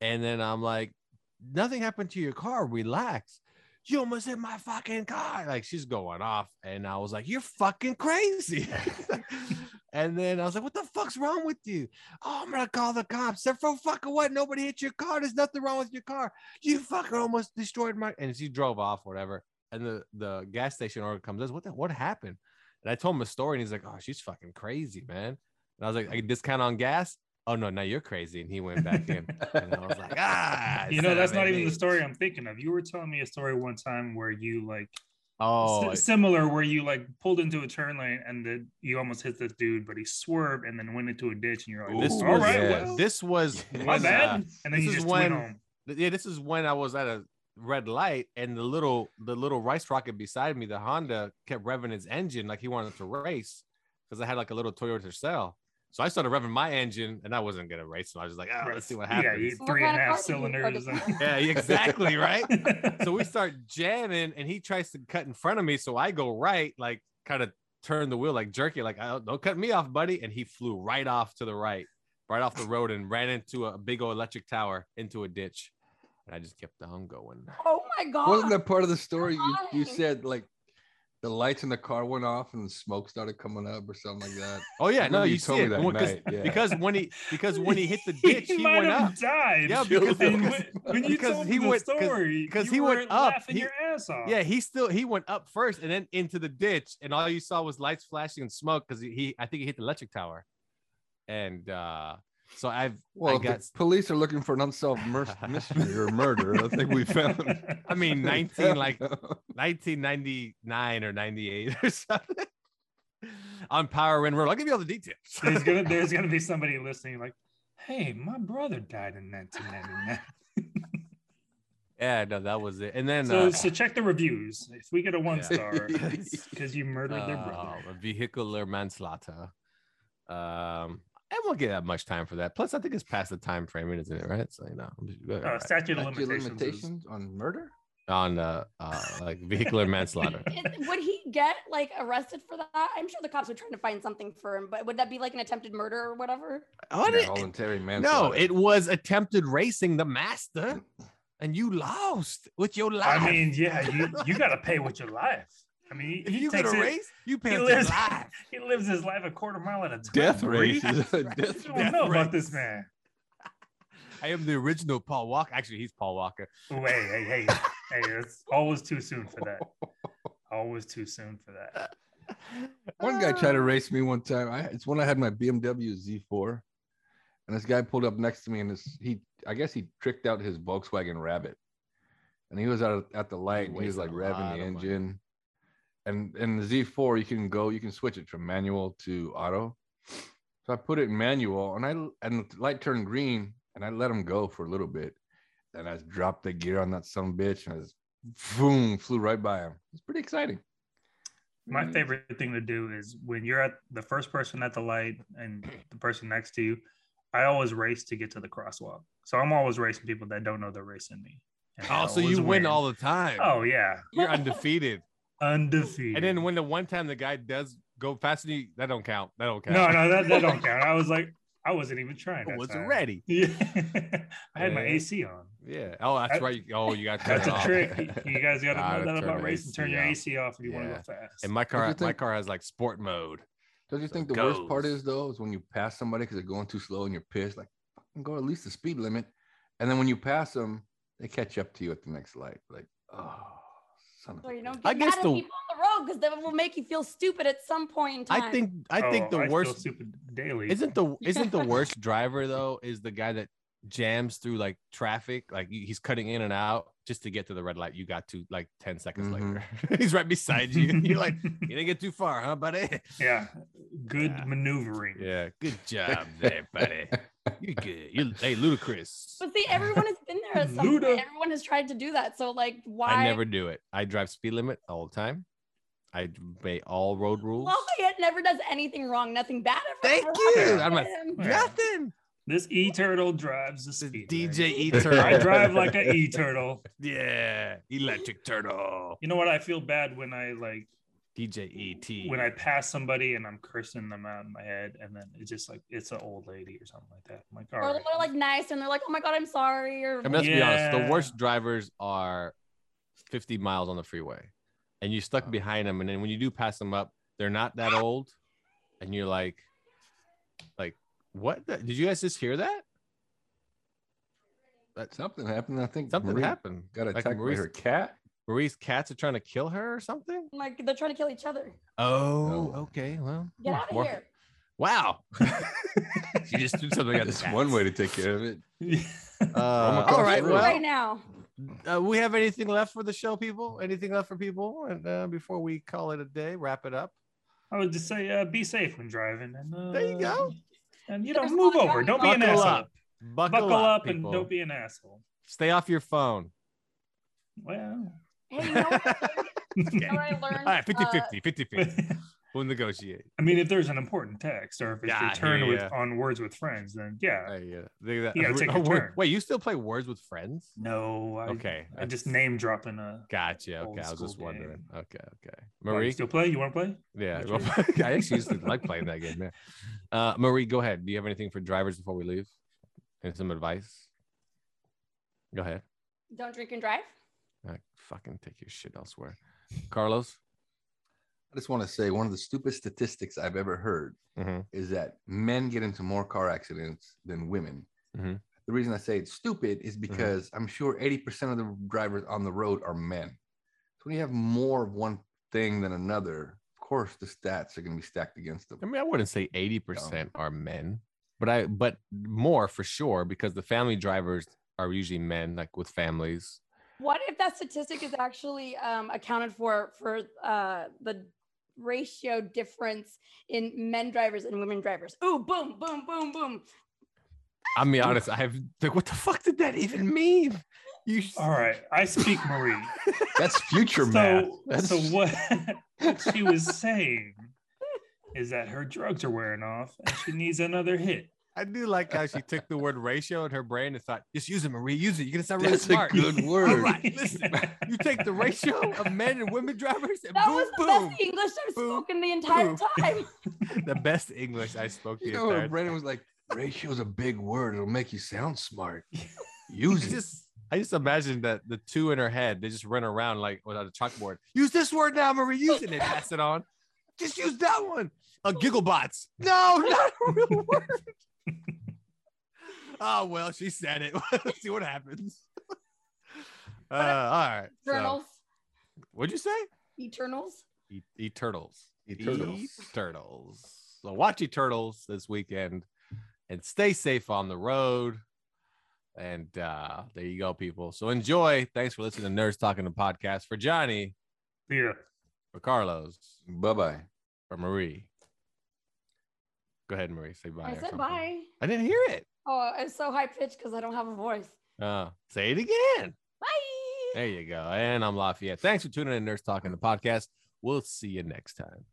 Speaker 3: And then I'm like, nothing happened to your car. Relax. You almost hit my fucking car. Like she's going off. And I was like, you're fucking crazy. and then I was like, what the fuck's wrong with you? Oh, I'm going to call the cops. They're for fucking what? Nobody hit your car. There's nothing wrong with your car. You fucking almost destroyed my. And she drove off, whatever. And the, the gas station owner comes in. What the, what happened? And I told him a story, and he's like, "Oh, she's fucking crazy, man." And I was like, "I can discount on gas." Oh no, now you're crazy. And he went back in, and I was like, "Ah."
Speaker 6: You know,
Speaker 3: son
Speaker 6: that's
Speaker 3: of a
Speaker 6: not even the
Speaker 3: bitch."
Speaker 6: story I'm thinking of. You were telling me a story one time where you like
Speaker 3: Oh,
Speaker 6: si- similar, where you like pulled into a turn lane and then you almost hit this dude, but he swerved and then went into a ditch, and you're like,
Speaker 3: this was
Speaker 5: Ooh,
Speaker 6: all right,
Speaker 5: yeah.
Speaker 6: well,
Speaker 3: this was
Speaker 6: my
Speaker 3: when,
Speaker 6: bad." and then
Speaker 3: this
Speaker 6: you
Speaker 3: is
Speaker 6: just
Speaker 3: when-
Speaker 6: went home.
Speaker 3: uh, yeah, this is when I was at a red light, and the little the little rice rocket beside me, the Honda, kept revving its engine like he wanted to race because I had like a little Toyota Cell. So I started revving my engine, and I wasn't gonna race. So I was just like, "Ah, let's see what happens."
Speaker 6: Yeah, you
Speaker 4: What
Speaker 6: three and
Speaker 4: kind
Speaker 6: a
Speaker 4: of
Speaker 6: half
Speaker 4: car did you park
Speaker 6: cylinders.
Speaker 4: in?
Speaker 6: and-
Speaker 3: Yeah, exactly, right? so we start jamming and he tries to cut in front of me so i go right like kind of turn the wheel like jerky like "Oh, don't cut me off buddy and he flew right off to the right right off the road and ran into a big old electric tower into a ditch and i just kept on going
Speaker 4: Oh my god.
Speaker 5: Wasn't that part of the story you, you
Speaker 4: Why?
Speaker 5: said like the lights in the car went off and the smoke started coming up or something like that.
Speaker 3: Oh yeah, no,
Speaker 5: Remember
Speaker 3: you, see it Well, 'cause-
Speaker 5: night, yeah.
Speaker 3: because when he because when he hit the ditch, he,
Speaker 6: might
Speaker 3: went
Speaker 6: have
Speaker 3: up.
Speaker 6: died.
Speaker 3: Yeah, because, because,
Speaker 6: And when, when you
Speaker 3: because
Speaker 6: told
Speaker 3: he
Speaker 6: me the
Speaker 3: went
Speaker 6: story,
Speaker 3: because
Speaker 6: you
Speaker 3: he went
Speaker 6: were
Speaker 3: up.
Speaker 6: laughing
Speaker 3: he-
Speaker 6: your ass off.
Speaker 3: Yeah, he still he went up first and then into the ditch, and all you saw was lights flashing and smoke because he, he I think he hit the electric tower, and uh so I've
Speaker 5: well,
Speaker 3: I
Speaker 5: if the
Speaker 3: got
Speaker 5: police are looking for an unsolved mur- mystery or murder. I think we found.
Speaker 3: I mean
Speaker 5: we
Speaker 3: 19 like
Speaker 5: found-
Speaker 3: 1999 or 98 or something on Power Ren Road. I'll give you all the details.
Speaker 6: there's gonna there's gonna be somebody listening like, hey, my brother died in 1999.
Speaker 3: yeah, no, that was it. And then
Speaker 6: so
Speaker 3: uh,
Speaker 6: so check the reviews. If we get a one
Speaker 3: Yeah.
Speaker 6: star, because you murdered their brother.
Speaker 3: uh, vehicular manslaughter. Um, I won't get that much time for that. Plus, I think it's past the time frame, isn't it? Right? So you know, I'm just-
Speaker 6: Uh,
Speaker 5: Statute
Speaker 6: statute of
Speaker 5: of
Speaker 6: limitations. is-
Speaker 5: limitations on murder.
Speaker 3: on uh, uh like vehicular manslaughter.
Speaker 4: It- would he get like arrested for that? I'm sure the cops are trying to find something for him, but would that be like an attempted murder or whatever?
Speaker 3: What
Speaker 5: Yeah,
Speaker 3: it-
Speaker 5: voluntary
Speaker 3: no,
Speaker 5: manslaughter.
Speaker 3: it was attempted racing the master, and you lost with your life.
Speaker 6: I mean, yeah, you you gotta pay with your life. I mean,
Speaker 3: if
Speaker 6: he,
Speaker 3: you
Speaker 6: takes
Speaker 3: gonna
Speaker 6: it,
Speaker 3: race, you pay
Speaker 6: he
Speaker 3: with your
Speaker 6: lives,
Speaker 3: life.
Speaker 6: he lives his life a quarter mile at a time.
Speaker 5: Death
Speaker 6: Bree.
Speaker 5: race. is a
Speaker 6: I
Speaker 5: death
Speaker 6: just don't
Speaker 3: death
Speaker 6: know
Speaker 3: race.
Speaker 6: about this man.
Speaker 3: I am the original Paul Walker. Actually, he's Paul Walker.
Speaker 6: Wait, hey, hey, hey, it's always too soon for that. Always too soon for that.
Speaker 5: One guy tried to race me one time. I, it's when I had my BMW Z4, and this guy pulled up next to me, and this he I guess he tricked out his Volkswagen Rabbit, and he was out at the light. And he was
Speaker 3: wasted
Speaker 5: like
Speaker 3: a
Speaker 5: revving
Speaker 3: lot
Speaker 5: the
Speaker 3: of money.
Speaker 5: engine, and and the Z4 you can go you can switch it from manual to auto. So I put it in manual, and I and the light turned green, and I let him go for a little bit, and I just dropped the gear on that some bitch, and I just boom flew right by him. It's pretty exciting.
Speaker 6: My
Speaker 5: Mm.
Speaker 6: favorite thing to do is when you're at the first person at the light and the person next to you, I always race to get to the crosswalk. So I'm always racing people that don't know they're racing me. And I
Speaker 3: Oh, so
Speaker 6: always
Speaker 3: you win all the time.
Speaker 6: Oh yeah,
Speaker 3: You're undefeated.
Speaker 6: undefeated.
Speaker 3: And then when the one time the guy does go faster than you, that don't count. That don't count.
Speaker 6: no, no, that, that don't count. I was like, I wasn't even trying.
Speaker 3: I
Speaker 6: that
Speaker 3: was
Speaker 6: time.
Speaker 3: ready.
Speaker 6: Yeah, I had my
Speaker 3: Yeah.
Speaker 6: AC on.
Speaker 3: Yeah. Oh, that's
Speaker 6: That-
Speaker 3: right. You- Oh, you got to turn
Speaker 6: That's
Speaker 3: it
Speaker 6: a
Speaker 3: off.
Speaker 6: trick. You guys got
Speaker 3: Gotta
Speaker 6: to know that
Speaker 3: turn
Speaker 6: about
Speaker 3: the
Speaker 6: racing. Turn
Speaker 3: AC
Speaker 6: your
Speaker 3: off.
Speaker 6: AC off if you want to
Speaker 3: Yeah.
Speaker 6: go fast.
Speaker 3: And my car,
Speaker 5: Don't you
Speaker 3: my
Speaker 5: think-
Speaker 3: car has like sport mode.
Speaker 5: Don't you
Speaker 3: So
Speaker 5: think
Speaker 3: it
Speaker 5: the worst part
Speaker 3: goes.
Speaker 5: is though is when you pass somebody because they're going too slow and you're pissed, like "Fucking go at least the speed limit, and then when you pass them, they catch up to you at the next light. Like, oh, son of
Speaker 4: So
Speaker 5: a
Speaker 4: you don't
Speaker 3: I
Speaker 4: get mad
Speaker 3: guess
Speaker 4: at
Speaker 3: the-
Speaker 4: people on the road because that will make you feel stupid at some point in time.
Speaker 3: I think, I think
Speaker 6: Oh,
Speaker 3: the
Speaker 6: feel
Speaker 3: worst
Speaker 6: stupid daily.
Speaker 3: isn't the isn't the worst driver though is the guy that jams through like traffic, like he- he's cutting in and out just to get to the red light. You got to like ten seconds
Speaker 5: Mhm.
Speaker 6: Mm-hmm.
Speaker 3: later. he's right beside you. You're like, you didn't get too far, huh, buddy?
Speaker 6: yeah, good
Speaker 3: Yeah.
Speaker 6: maneuvering.
Speaker 3: Yeah, good job there, buddy. You good? You hey, ludicrous.
Speaker 4: But see, everyone has been there at some point.
Speaker 6: Luda.
Speaker 4: Everyone has tried to do that. So like, why?
Speaker 3: I never do it. I drive speed limit all the time. I obey all road rules.
Speaker 4: Love that it never does anything wrong. Nothing bad ever.
Speaker 3: Thank
Speaker 4: ever
Speaker 3: you.
Speaker 4: happens to
Speaker 3: I'm like,
Speaker 4: him.
Speaker 6: Yeah.
Speaker 3: Nothing.
Speaker 6: This e turtle drives the
Speaker 3: This
Speaker 6: speed.
Speaker 3: DJ
Speaker 6: limit.
Speaker 3: E
Speaker 6: I
Speaker 3: Turtle.
Speaker 6: drive like an e turtle.
Speaker 3: yeah, Electric Turtle.
Speaker 6: You know what? I feel bad when I like
Speaker 3: DJ E T.
Speaker 6: when I pass somebody and I'm cursing them out in my head, and then it's just like it's an old lady or something like that. I'm like, all
Speaker 4: Or
Speaker 6: right.
Speaker 4: they're like nice and they're like, oh my god, I'm sorry. Or
Speaker 3: I mean, let's be honest.
Speaker 6: Yeah.
Speaker 3: The worst drivers are 50 miles on the freeway, and you're stuck behind them. And then when you do pass them up, they're not that old, and you're like, like, what? the- Did you guys just hear that?
Speaker 5: Something happened. I think
Speaker 3: Something
Speaker 5: Marie
Speaker 3: happened.
Speaker 5: Got
Speaker 3: Like
Speaker 5: attacked by
Speaker 3: Marie's-
Speaker 5: her cat.
Speaker 3: Marie's cats are trying to kill her or something.
Speaker 4: like they're trying to kill each other.
Speaker 3: Oh,
Speaker 5: No.
Speaker 3: okay. Well,
Speaker 4: Get
Speaker 3: hmm,
Speaker 4: out of
Speaker 3: more-
Speaker 4: here.
Speaker 3: Wow. you just did something.
Speaker 5: That's one way to take care of it.
Speaker 3: Uh,
Speaker 5: Roma
Speaker 3: all
Speaker 5: across
Speaker 3: right.
Speaker 5: the room.
Speaker 4: right
Speaker 3: Well,
Speaker 4: now.
Speaker 3: uh, we have anything left for the show, people? Anything left for people? And uh, before we call it a day, wrap it up.
Speaker 6: I would just say, uh, be safe when driving. And, uh,
Speaker 3: There you go.
Speaker 6: And you know,
Speaker 4: There's
Speaker 6: move
Speaker 4: one
Speaker 6: over. Don't be an
Speaker 3: Buckle
Speaker 6: asshole.
Speaker 3: up. Buckle,
Speaker 6: Buckle up and
Speaker 3: people.
Speaker 6: don't be an asshole.
Speaker 3: Stay off your phone.
Speaker 6: Well,
Speaker 4: Hey, you know what? I learned? You know what I
Speaker 3: All
Speaker 4: learned?
Speaker 3: right, 50
Speaker 4: Uh,
Speaker 3: 50, 50 50. We'll negotiate.
Speaker 6: I mean, if there's an important text or if it's
Speaker 3: Yeah, I
Speaker 6: returned
Speaker 3: hear
Speaker 6: with
Speaker 3: ya.
Speaker 6: on words with friends, then yeah.
Speaker 3: Hey, yeah. They- uh, that-
Speaker 6: You gotta take your
Speaker 3: word-
Speaker 6: turn.
Speaker 3: Wait, you still play Words with Friends?
Speaker 6: No, I,
Speaker 3: Okay.
Speaker 6: I just name dropping a.
Speaker 3: Gotcha.
Speaker 6: Old
Speaker 3: Okay. I was
Speaker 6: school
Speaker 3: just wondering. Okay. Okay.
Speaker 6: Oh, you
Speaker 3: Marie?
Speaker 6: still play? You want to play?
Speaker 3: Yeah,
Speaker 6: Which
Speaker 3: well,
Speaker 6: is-
Speaker 3: I actually used to like playing that game. Yeah. Uh, Marie, go ahead. Do you have anything for drivers before we leave? And some advice? Go ahead.
Speaker 4: Don't drink and drive.
Speaker 3: Uh, fucking take your shit elsewhere. Carlos,
Speaker 5: I just want to say one of the stupid statistics I've ever heard
Speaker 3: Mhm.
Speaker 5: is that men get into more car accidents than women.
Speaker 3: Mhm.
Speaker 5: The reason I say it's stupid is
Speaker 3: Mm-hmm.
Speaker 5: because I'm sure 80% of the drivers on the road are men. So when you have more of one thing than another, of course the stats are going to be stacked against them.
Speaker 3: I mean, I wouldn't say 80% are men, but I but more for sure because the family drivers are usually men, like with families.
Speaker 4: What if that statistic is actually um, accounted for for uh, the ratio difference in men drivers and women drivers? Ooh, boom, boom, boom, boom.
Speaker 3: I mean, honest, I have like, what the fuck did that even mean? You
Speaker 6: All right, I speak Marie.
Speaker 5: That's future math.
Speaker 6: So, so what, what she was saying is that her drugs are wearing off and she needs another hit.
Speaker 3: I do like how she took the word ratio in her brain and thought, just use it, Marie, use it. You're gonna sound really
Speaker 5: That's a
Speaker 3: smart.
Speaker 5: good
Speaker 3: All
Speaker 5: word.
Speaker 3: right, listen, you take the ratio of men and women drivers, and
Speaker 4: That
Speaker 3: boom,
Speaker 4: was the
Speaker 3: boom.
Speaker 4: best English I've spoken the entire
Speaker 3: boom.
Speaker 4: time.
Speaker 3: The best English I spoke the
Speaker 5: You know,
Speaker 3: entire
Speaker 5: Brandon
Speaker 3: time.
Speaker 5: was like, ratio's a big word. It'll make you sound smart. Use
Speaker 3: I
Speaker 5: it.
Speaker 3: just, I just imagine that the two in her head, they just run around like without a chalkboard. Use this word now, Marie. Use it. And they pass it on. Just use that one. A uh, gigglebots. No, not a real word. oh well, she said it. Let's see what happens. Uh, all right. so-
Speaker 4: Eternals,
Speaker 3: What'd you say?
Speaker 4: Eternals.
Speaker 3: E- Eternals.
Speaker 5: Eternals.
Speaker 3: Eternals. So watch Eternals this weekend and stay safe on the road. And uh, there you go, people. So enjoy. Thanks for listening to Nerds Talking to Podcast for Johnny,
Speaker 6: Yeah.
Speaker 3: for Carlos,
Speaker 5: Bye bye.
Speaker 3: for Marie. Go ahead, Marie. Say bye.
Speaker 4: I
Speaker 3: or
Speaker 4: said
Speaker 3: something.
Speaker 4: bye.
Speaker 3: I didn't hear it.
Speaker 4: Oh, I'm so high pitched because I don't have a voice.
Speaker 3: Uh, say it again.
Speaker 4: Bye.
Speaker 3: There you go. And I'm Lafayette. Thanks for tuning in to Nerds Talking to Podcast. We'll see you next time.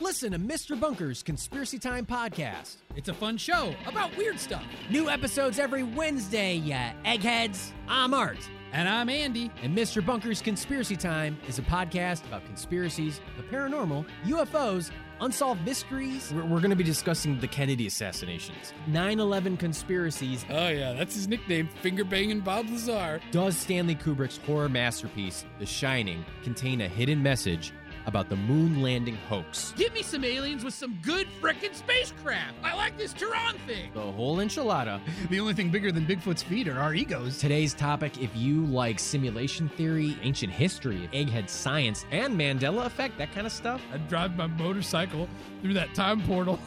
Speaker 2: Listen to Mr. Bunker's Conspiracy Time podcast. It's a fun show about weird stuff. New episodes every Wednesday, yeah, eggheads. I'm Art. And I'm Andy. And Mr. Bunker's Conspiracy Time is a podcast about conspiracies, the paranormal, UFOs, unsolved mysteries. We're, going to be discussing the Kennedy assassinations, 9 11 conspiracies. Oh, yeah, that's his nickname, finger banging Bob Lazar. Does Stanley Kubrick's horror masterpiece, The Shining, contain a hidden message about the moon landing hoax?
Speaker 10: Give me some aliens with some good frickin' spacecraft. I like this Tehran thing.
Speaker 2: The whole enchilada.
Speaker 10: The only thing bigger than Bigfoot's feet are our egos.
Speaker 2: Today's topic if you like simulation theory, ancient history, egghead science, and Mandela effect, that kind of stuff.
Speaker 10: I'd drive my motorcycle through that time portal,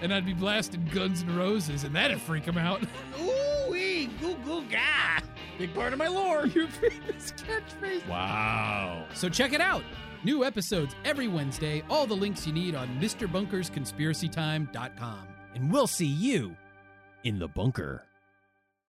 Speaker 10: and I'd be blasting Guns N' Roses, and that'd freak them out. Ooh, wee, goo goo ga. Big part of my lore. Your famous catchphrase.
Speaker 2: Wow.
Speaker 10: So check it out. New episodes every Wednesday. All the links you need on MrBunkersConspiracyTime.com.
Speaker 2: And we'll see you in the bunker.